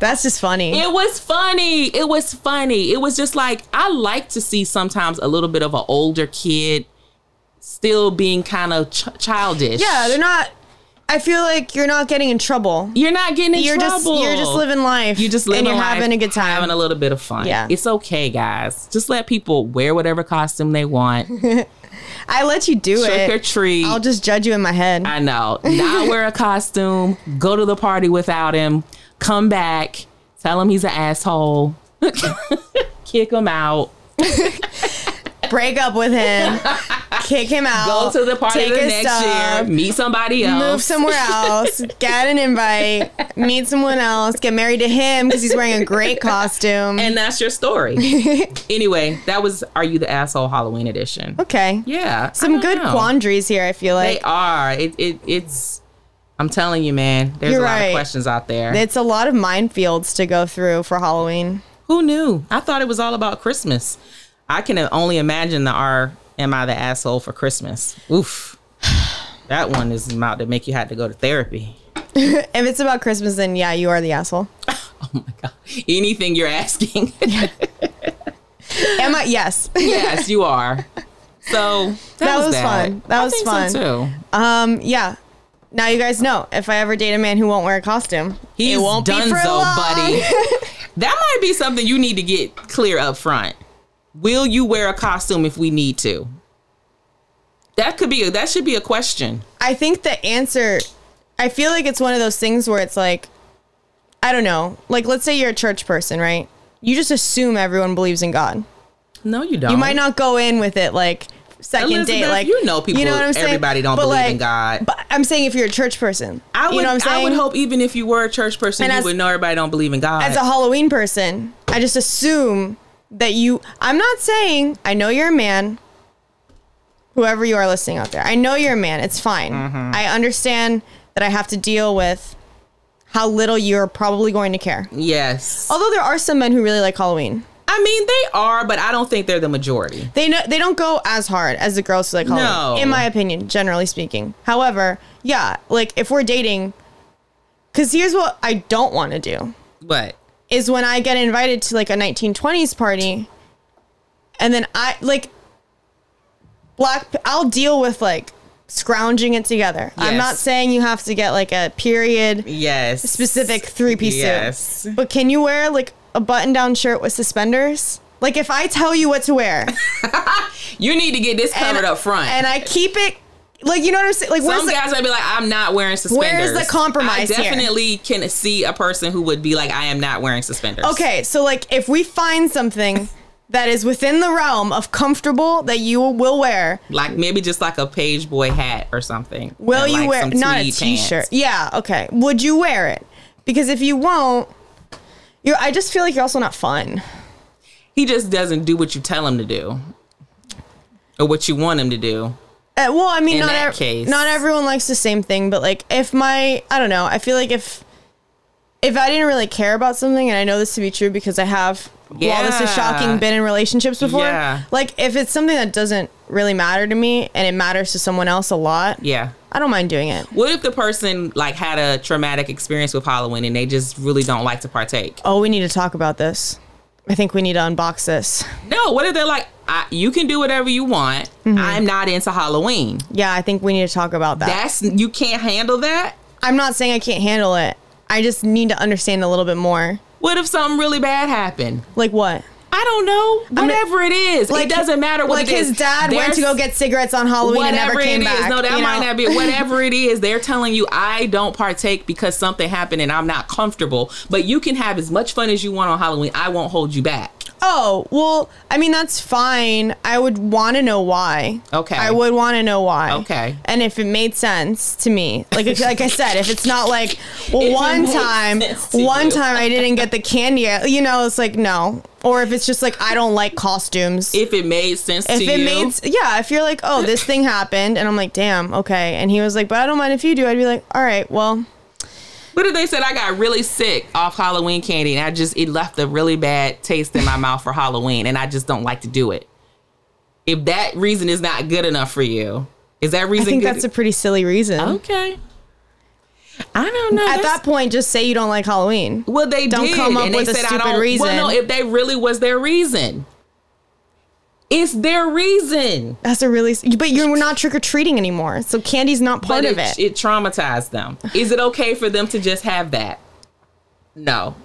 B: That's just funny.
C: It was funny. It was funny. It was just like I like to see sometimes a little bit of an older kid still being kind of ch- childish.
B: Yeah, they're not I feel like you're not getting in trouble.
C: you're not getting in
B: You're just
C: trouble.
B: you're just living life.
C: You just living
B: and you're
C: life,
B: having a good time.
C: having a little bit of fun.
B: Yeah.
C: it's okay, guys. Just let people wear whatever costume they want.
B: I let you do
C: Trick or
B: it.
C: treat.
B: I'll just judge you in my head.
C: I know. Not wear a costume. Go to the party without him. Come back. Tell him he's an asshole. Kick him out.
B: break up with him, kick him
C: Go
B: out.
C: to the party
B: take
C: the
B: his
C: next
B: stuff,
C: year. Meet somebody else.
B: Move somewhere else, get an invite, meet someone else, get married to him because he's wearing a great costume.
C: and that's your story. anyway, that was Are You the Asshole Halloween edition.
B: okay.
C: Yeah. I
B: Some
C: don't
B: good
C: know.
B: quandaries here, I feel
C: They
B: like.
C: are. It, it it's I'm telling you, man, there's
B: You're
C: a lot
B: right.
C: of questions out there.
B: it's a lot of minefields to go through for Halloween.
C: Who knew? I thought it was all about Christmas. I can only imagine the R am I the asshole for Christmas. Oof. That one is about to make you have to go to therapy.
B: If it's about Christmas, then yeah, you are the asshole.
C: Oh my god. Anything you're asking.
B: Am I? Yes. Mm,
C: yes, you are. So that,
B: That
C: was,
B: was fun. That
C: I
B: was
C: think so,
B: fun.
C: too.
B: Um, yeah. Now you guys know if I ever date a man who won't wear a costume,
C: He's
B: it won't
C: done
B: be for
C: so,
B: long.
C: buddy. that might be something you need to get clear up front. Will you wear a costume if we need to? That could be a, that should be a question.
B: I think the answer, I feel like it's one of those things where it's like, I don't know. Like, let's say you're a church person, right? You just assume everyone believes in God.
C: Uh-huh. No, you don't.
B: You might not go in with it like second
C: Elizabeth,
B: date, like
C: you know people- everybody don't believe in God.
B: But I'm saying if you're a church person,
C: I would,
B: you know what I'm
C: I
B: saying.
C: would hope even if you were a church person,
B: And
C: you
B: as-
C: would know everybody don't believe in God.
B: as a Halloween person, I just assume that you. I'm not saying I know you're a man. Whoever you are listening out there, I know you're a man. It's fine. I understand that I have to deal with how little you're probably going to care.
C: yes.
B: Although there are some men who really like Halloween.
C: I mean, they are, but I don't think they're the majority.
B: They know they don't go as hard as the girls who like Halloween,
C: No.
B: in my opinion, generally speaking. However, yeah, like if we're dating, because here's what I don't want to do
C: But
B: is when I get invited to like a 1920s party, and then I like black. I'll deal with like scrounging it together. I'm
C: Yes.
B: not saying you have to get like a period
C: yes,
B: specific three piece
C: Yes.
B: suit, but can you wear like a button down shirt with suspenders? Like if I tell you what to wear.
C: You need to get this covered up front.
B: And I keep it like you know what I'm saying. Like where's
C: Some
B: the,
C: guys might be like, I'm not wearing suspenders.
B: the compromise
C: I
B: here?
C: definitely can see a person who would be like, I am not wearing suspenders.
B: okay? So like if we find something that is within the realm of comfortable that you will wear,
C: Like maybe just like a page boy hat or something.
B: will
C: And,
B: you
C: like,
B: wear
C: some
B: not a
C: tweed
B: t-shirt?
C: pants.
B: Yeah, okay. Would you wear it? Because if you won't, you're. I just feel like you're also not fun.
C: He just doesn't do what you tell him to do. Or what you want him to do.
B: Uh, well, I mean,
C: In
B: not
C: that
B: ev-
C: case.
B: not everyone likes the same thing, but like if my I don't know, I feel like if if I didn't really care about something, and I know this to be true because I have while this is
C: Yeah.
B: shocking been in relationships before.
C: Yeah.
B: Like if it's something that doesn't really matter to me and it matters to someone else a lot,
C: Yeah.
B: I don't mind doing it.
C: What if the person like had a traumatic experience with Halloween and they just really don't like to partake?
B: Oh, we need to talk about this. I think we need to unbox this.
C: No, what if they're like, I, you can do whatever you want.
B: Mm-hmm.
C: I'm not into Halloween.
B: Yeah, I think we need to talk about that.
C: That's you can't handle that.
B: I'm not saying I can't handle it. I just need to understand a little bit more.
C: What if something really bad happened?
B: Like what?
C: I don't know.
B: mean,
C: Whatever it is, it doesn't matter what
B: like
C: it is.
B: his dad went to
C: There's-
B: go get cigarettes on Halloween and never
C: whatever
B: came
C: it is.
B: back.
C: No, that
B: you
C: might
B: know?
C: not be whatever it is. They're telling you I don't partake because something happened and I'm not comfortable. But you can have as much fun as you want on Halloween. I won't hold you back.
B: Oh well, I mean that's fine. I would want to know why.
C: Okay.
B: I would want to know why.
C: Okay.
B: And if it made sense to me, like if- like I said, if it's not like well
C: If it
B: one
C: made
B: time,
C: sense to
B: one
C: you.
B: time I didn't get the candy, you know, it's like no. Or if it's just like I don't like costumes.
C: If it made sense
B: if
C: to
B: it
C: you,
B: made s- yeah, if you're like oh this thing happened and I'm like damn okay, and he was like but I don't mind if you do, I'd be like all right well
C: What if they said I got really sick off Halloween candy and I just it left a really bad taste in my mouth for Halloween and I just don't like to do it? If that reason is not good enough for you, is that
B: I
C: reason
B: think
C: good?
B: that's a pretty silly reason.
C: okay. I don't know.
B: At
C: That's-
B: that point, just say you don't like Halloween.
C: well, they
B: Don't
C: did,
B: come up
C: and they
B: with a
C: said, I
B: stupid
C: don't-
B: reason.
C: Well, no, if they really was their reason, it's their reason.
B: That's a really, but you're not trick or treating anymore, so candy's not part
C: But
B: of
C: it,
B: it.
C: it traumatized them. Is it okay for them to just have that? No.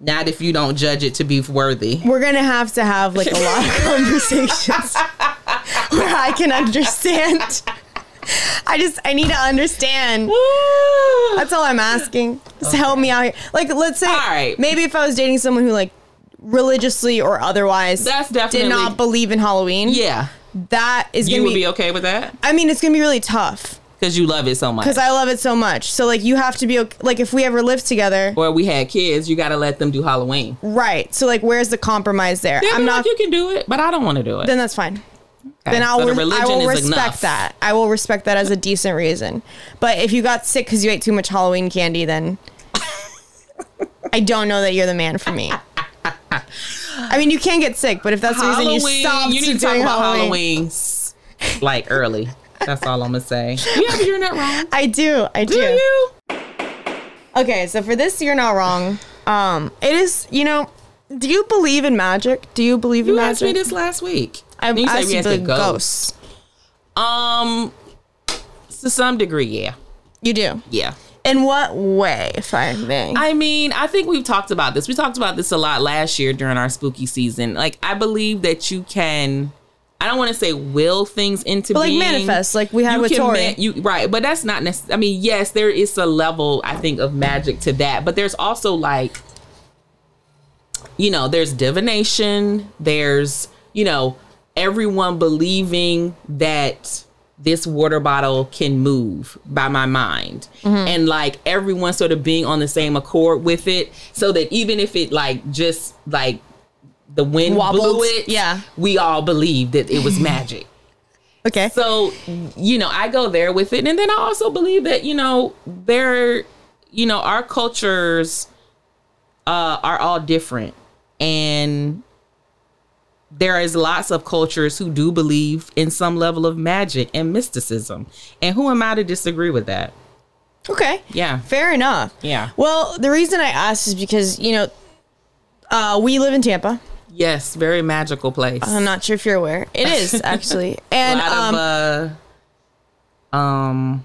C: Not if you don't judge it to be worthy.
B: We're gonna have to have like a lot of conversations where I can understand. I just I need to understand.
C: Woo!
B: That's all I'm asking. Just help me out here. Like, let's say,
C: All right.
B: maybe if I was dating someone who like religiously or otherwise
C: That's
B: did
C: definitely
B: not believe in Halloween,
C: yeah.
B: that is
C: You
B: gonna
C: would
B: be,
C: be okay with that
B: I mean, it's gonna be really tough
C: because you love it so much.
B: because I love it so much. So like, you have to be ok- like, if we ever live together,
C: or we had kids, you got to let them do Halloween.
B: right? So like, where's the compromise there?
C: They'll be
B: I'm not.
C: Like, you can do it, but I don't want to do it.
B: then that's fine.
C: Okay,
B: Then I'll
C: so the
B: re- I
C: religion
B: will
C: is
B: respect
C: enough.
B: that. I will respect that as a decent reason. But if you got sick because you ate too much Halloween candy, then I don't know that you're the man for me. I mean, you can get sick, but if that's the
C: Halloween.
B: reason you stopped
C: you need to talk
B: doing
C: about
B: Halloween,
C: Halloween s- like early. That's all I'm gonna say. Yeah, but you're not wrong.
B: I do. I do.
C: Do you?
B: Okay, so for this, you're not wrong. Um, it is. You know, do you believe in magic? Do you believe in
C: You
B: magic?
C: asked me this last week.
B: I
C: And you said
B: asked
C: we
B: you
C: asked the
B: the
C: ghosts.
B: ghosts.
C: Um, to some degree, yeah,
B: You do.
C: yeah.
B: In what way, if I may?
C: I mean, I think we've talked about this. We talked about this a lot last year during our spooky season. Like, I believe that you can. I don't want to say will things into
B: But, like,
C: being.
B: manifest, like we had
C: you
B: with
C: can
B: Tori.
C: ma- you right, but that's not necessary. I mean, yes, there is a level I think of magic to that, but there's also like, you know, there's divination. There's you know, everyone believing that this water bottle can move by my mind and like everyone sort of being on the same accord with it so that even if it like just like the wind
B: Wobbled,
C: blew it
B: yeah.
C: we all believed that it was magic
B: okay.
C: so, you know, I go there with it. And then I also believe that, you know, there, you know, our cultures uh, are all different. And there is lots of cultures who do believe in some level of magic and mysticism. And who am I to disagree with that?
B: okay.
C: Yeah.
B: Fair enough.
C: Yeah.
B: Well, the reason I asked is because you know, uh, we live in Tampa.
C: Yes, very magical place.
B: I'm Uh, not sure if you're aware. It is actually,
C: a
B: and
C: lot
B: um,
C: of uh, um,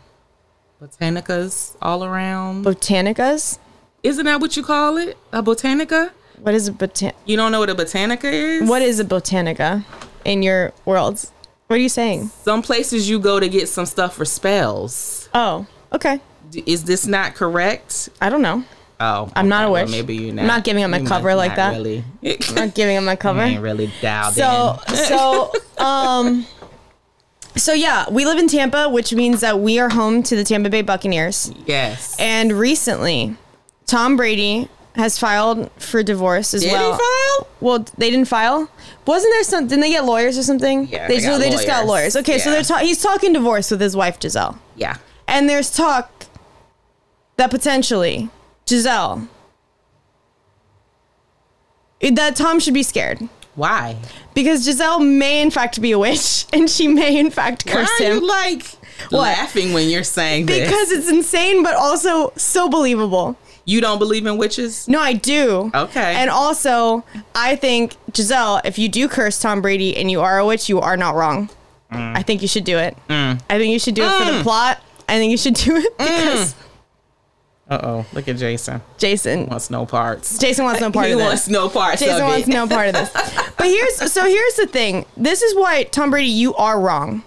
C: botanicas all around.
B: botanicas.
C: Isn't that what you call it? A botanica?
B: What is a botan?
C: You don't know what a botanica is?
B: What is a botanica in your world? What are you saying?
C: Some places you go to get some stuff for spells.
B: Oh, okay.
C: D- Is this not correct?
B: I don't know.
C: Oh,
B: I'm not
C: okay,
B: a
C: well,
B: witch.
C: maybe you
B: I'm
C: not.
B: not giving him a
C: you
B: cover
C: must
B: like
C: not
B: that.
C: Really,
B: I'm not giving him my cover.
C: ain't really dialed
B: So
C: in.
B: so um so yeah, we live in Tampa, which means that we are home to the Tampa Bay Buccaneers.
C: Yes.
B: And recently, Tom Brady has filed for divorce as
C: Did
B: well.
C: he file?
B: Well, they didn't file. Wasn't there some? Didn't they get lawyers or something?
C: Yeah,
B: they,
C: they
B: ju-
C: got
B: they just got
C: lawyers.
B: lawyers. Okay, so
C: Yeah.
B: they're ta- he's talking divorce with his wife Giselle,
C: Yeah.
B: and there's talk that potentially Giselle that Tom should be scared
C: Why?
B: because Giselle may in fact be a witch and she may in fact
C: Why
B: curse
C: are
B: him
C: you like laughing when you're saying this?
B: because it's insane but also so believable.
C: you don't believe in witches.
B: No, I do.
C: Okay.
B: And also, I think Giselle, if you do curse Tom Brady and you are a witch, you are not wrong.
C: Mm.
B: I think you should do it. I think you should do it for the plot. I think you should do it
C: Mm.
B: because
C: Uh oh. Look at Jason.
B: Jason.
C: Wants no parts.
B: Jason wants no part
C: he
B: of this.
C: wants no parts.
B: Jason
C: of
B: wants
C: it.
B: no part of this. But here's so here's the thing. This is why Tom Brady, you are wrong.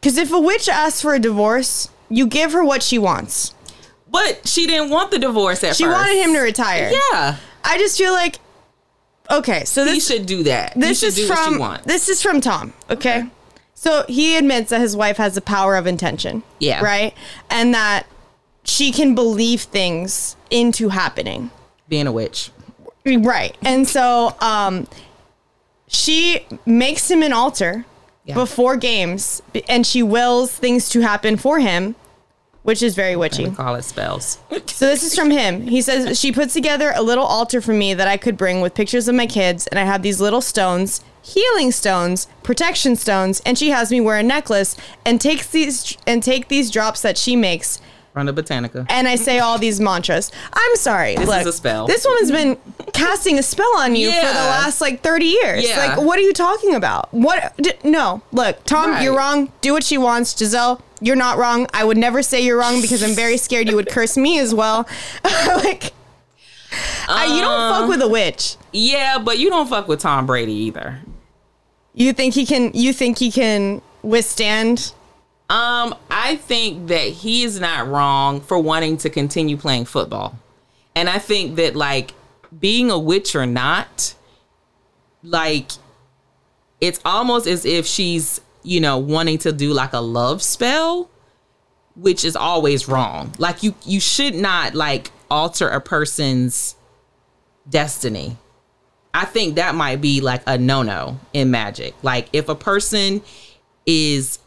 B: Because if a witch asks for a divorce, you give her what she wants.
C: But she didn't want the divorce at
B: She
C: first.
B: wanted him to retire.
C: Yeah.
B: I just feel like, okay, so this
C: he should do that. He
B: this is
C: should do what
B: from
C: you want.
B: this is from Tom. Okay? so he admits that his wife has the power of intention.
C: Yeah.
B: right, and that she can believe things into happening.
C: Being a witch.
B: Right, and so um, she makes him an altar
C: Yeah.
B: before games, b- and she wills things to happen for him, which is very witchy.
C: We call it spells.
B: So this is from him. He says she puts together a little altar for me that I could bring with pictures of my kids, and I have these little stones, healing stones, protection stones, and she has me wear a necklace and takes these and take these drops that she makes,
C: From the Botanica.
B: and I say all these mantras. I'm sorry. This
C: is a spell.
B: This woman's been casting a spell on you for
C: Yeah.
B: the last like 30 years.
C: Yeah.
B: Like, what are you talking about? What? D- no, look, Tom,
C: Right.
B: you're wrong. Do what she wants, Giselle. You're not wrong. I would never say you're wrong because I'm very scared you would curse me as well. like, I- you don't fuck
C: Uh.
B: with a witch.
C: Yeah, but you don't fuck with Tom Brady either.
B: You think he can? You think he can withstand?
C: Um, I think that he is not wrong for wanting to continue playing football. And I think that like being a witch or not, like it's almost as if she's you know, wanting to do like a love spell, which is always wrong. Like you you should not like alter a person's destiny. I think that might be like a no-no in magic. Like if a person is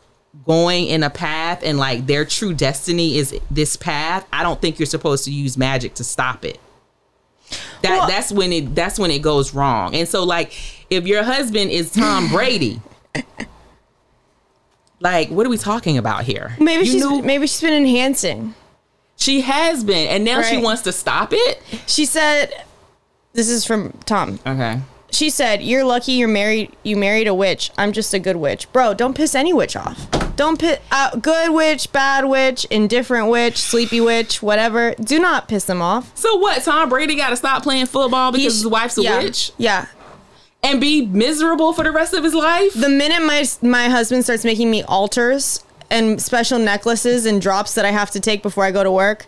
C: going in a path and like their true destiny is this path, I don't think you're supposed to use magic to stop it. That
B: Well-
C: that's when it that's when it goes wrong. And so like if your husband is Tom Brady, like what are we talking about here?
B: Maybe
C: You
B: she's
C: knew-
B: maybe she's been enhancing.
C: she has been and now she
B: Right.
C: wants to stop it.
B: She said this is from Tom.
C: Okay.
B: She said, "You're lucky you're married you married a witch. I'm just a good witch. Bro, don't piss any witch off. Don't piss uh, good witch, bad witch, indifferent witch, sleepy witch, whatever. Do not piss them off.
C: So what? Tom Brady got to stop playing football because his wife's a
B: yeah,
C: witch
B: Yeah.
C: and be miserable for the rest of his life?
B: The minute my my husband starts making me altars and special necklaces and drops that I have to take before I go to work,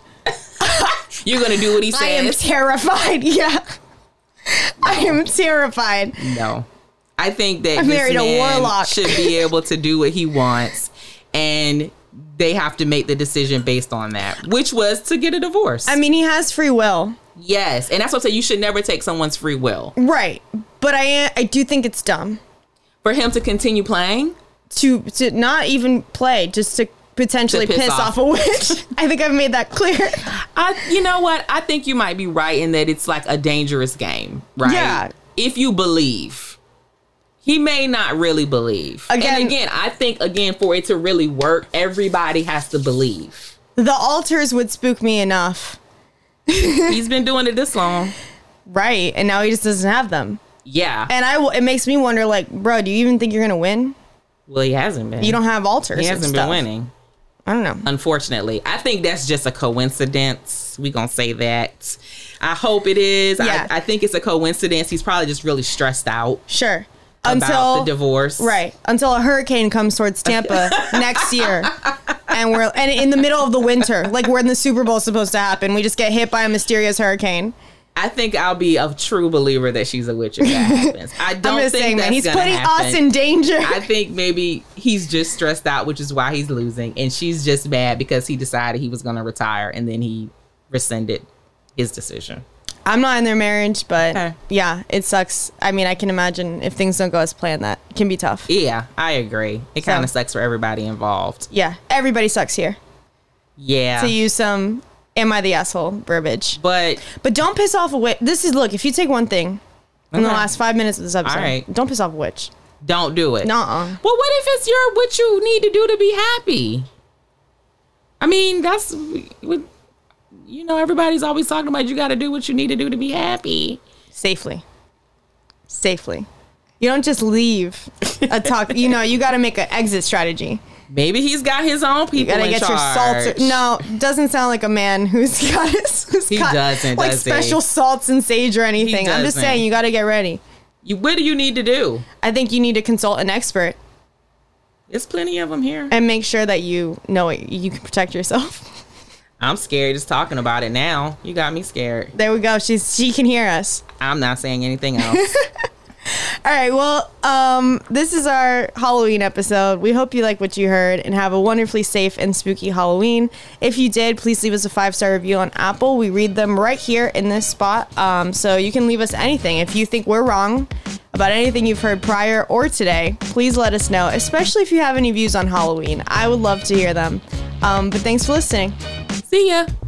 C: You're gonna do what he says.
B: I am terrified. Yeah. I am terrified.
C: No. I think that this
B: married a
C: man
B: warlock.
C: should be able to do what he wants and they have to make the decision based on that, which was to get a divorce.
B: I mean, he has free will.
C: yes, and that's what I say you should never take someone's free will.
B: Right. But I I do think it's dumb
C: For him to continue playing,
B: to to not even play just to potentially
C: To piss
B: piss, off.
C: off.
B: a witch. I think I've made that clear.
C: I you know what? I think you might be right in that it's like a dangerous game, right?
B: Yeah.
C: If you believe. He may not really believe. Again,
B: Again-
C: and again, I think again for it to really work, everybody has to believe.
B: The altars would spook me enough.
C: He's been doing it this long.
B: Right. And now he just doesn't have them.
C: Yeah.
B: And I w- it makes me wonder like, bro, do you even think you're going to win?
C: Well, he hasn't been.
B: You don't have altars.
C: He
B: and
C: hasn't
B: stuff.
C: been winning,
B: I don't know.
C: unfortunately. I think that's just a coincidence. We gonna say that. I hope it is.
B: Yeah.
C: I, I think it's a coincidence. He's probably just really stressed out
B: Sure.
C: about
B: Until
C: the divorce.
B: Right. Until a hurricane comes towards Tampa next year. And we're and in the middle of the winter, like we're in the Super Bowl supposed to happen. We just get hit by a mysterious hurricane.
C: I think I'll be a true believer that she's a witch if that happens. I
B: I'm
C: don't
B: just saying
C: think that's
B: that. He's
C: gonna
B: putting
C: happen.
B: us in danger.
C: I think maybe he's just stressed out, which is why he's losing, and she's just mad because he decided he was gonna retire and then he rescinded his decision.
B: I'm not in their marriage, but
C: Okay.
B: yeah, it sucks. I mean, I can imagine if things don't go as planned, that can be tough.
C: Yeah, I agree. It
B: So-
C: kind of sucks for everybody involved.
B: Yeah. Everybody sucks here.
C: Yeah.
B: To use some am I the asshole verbiage.
C: But
B: But don't piss off a witch. This is look, if you take one thing in the
C: Okay.
B: last five minutes of this episode,
C: right.
B: don't piss off a witch.
C: don't do it.
B: Nuh-uh.
C: Well, what if it's your what you need to do to be happy? I mean, that's what you know. Everybody's always talking about you got to do what you need to do to be happy.
B: safely. Safely. You don't just leave a talk. you know, you got to make an exit strategy.
C: Maybe he's got his own people.
B: You got to
C: in
B: get
C: charge.
B: your salts. No, doesn't sound like a man who's got his. Who's
C: He
B: got,
C: doesn't,
B: like
C: does he?
B: special salts and sage or anything. I'm just
C: doesn't.
B: saying, you got to get ready.
C: You, what do you need to do?
B: I think you need to consult an expert
C: There's plenty of them here.
B: and make sure that you know it. You can protect yourself.
C: I'm scared just talking about it now. You got me scared.
B: There we go. She's she can hear us.
C: I'm not saying anything else.
B: All right. Well, um, this is our Halloween episode. We hope you like what you heard and have a wonderfully safe and spooky Halloween. If you did, please leave us a five star review on Apple. We read them right here in this spot. Um, so you can leave us anything. If you think we're wrong about anything you've heard prior or today, please let us know, especially if you have any views on Halloween. I would love to hear them. Um, but thanks for listening.
C: See ya.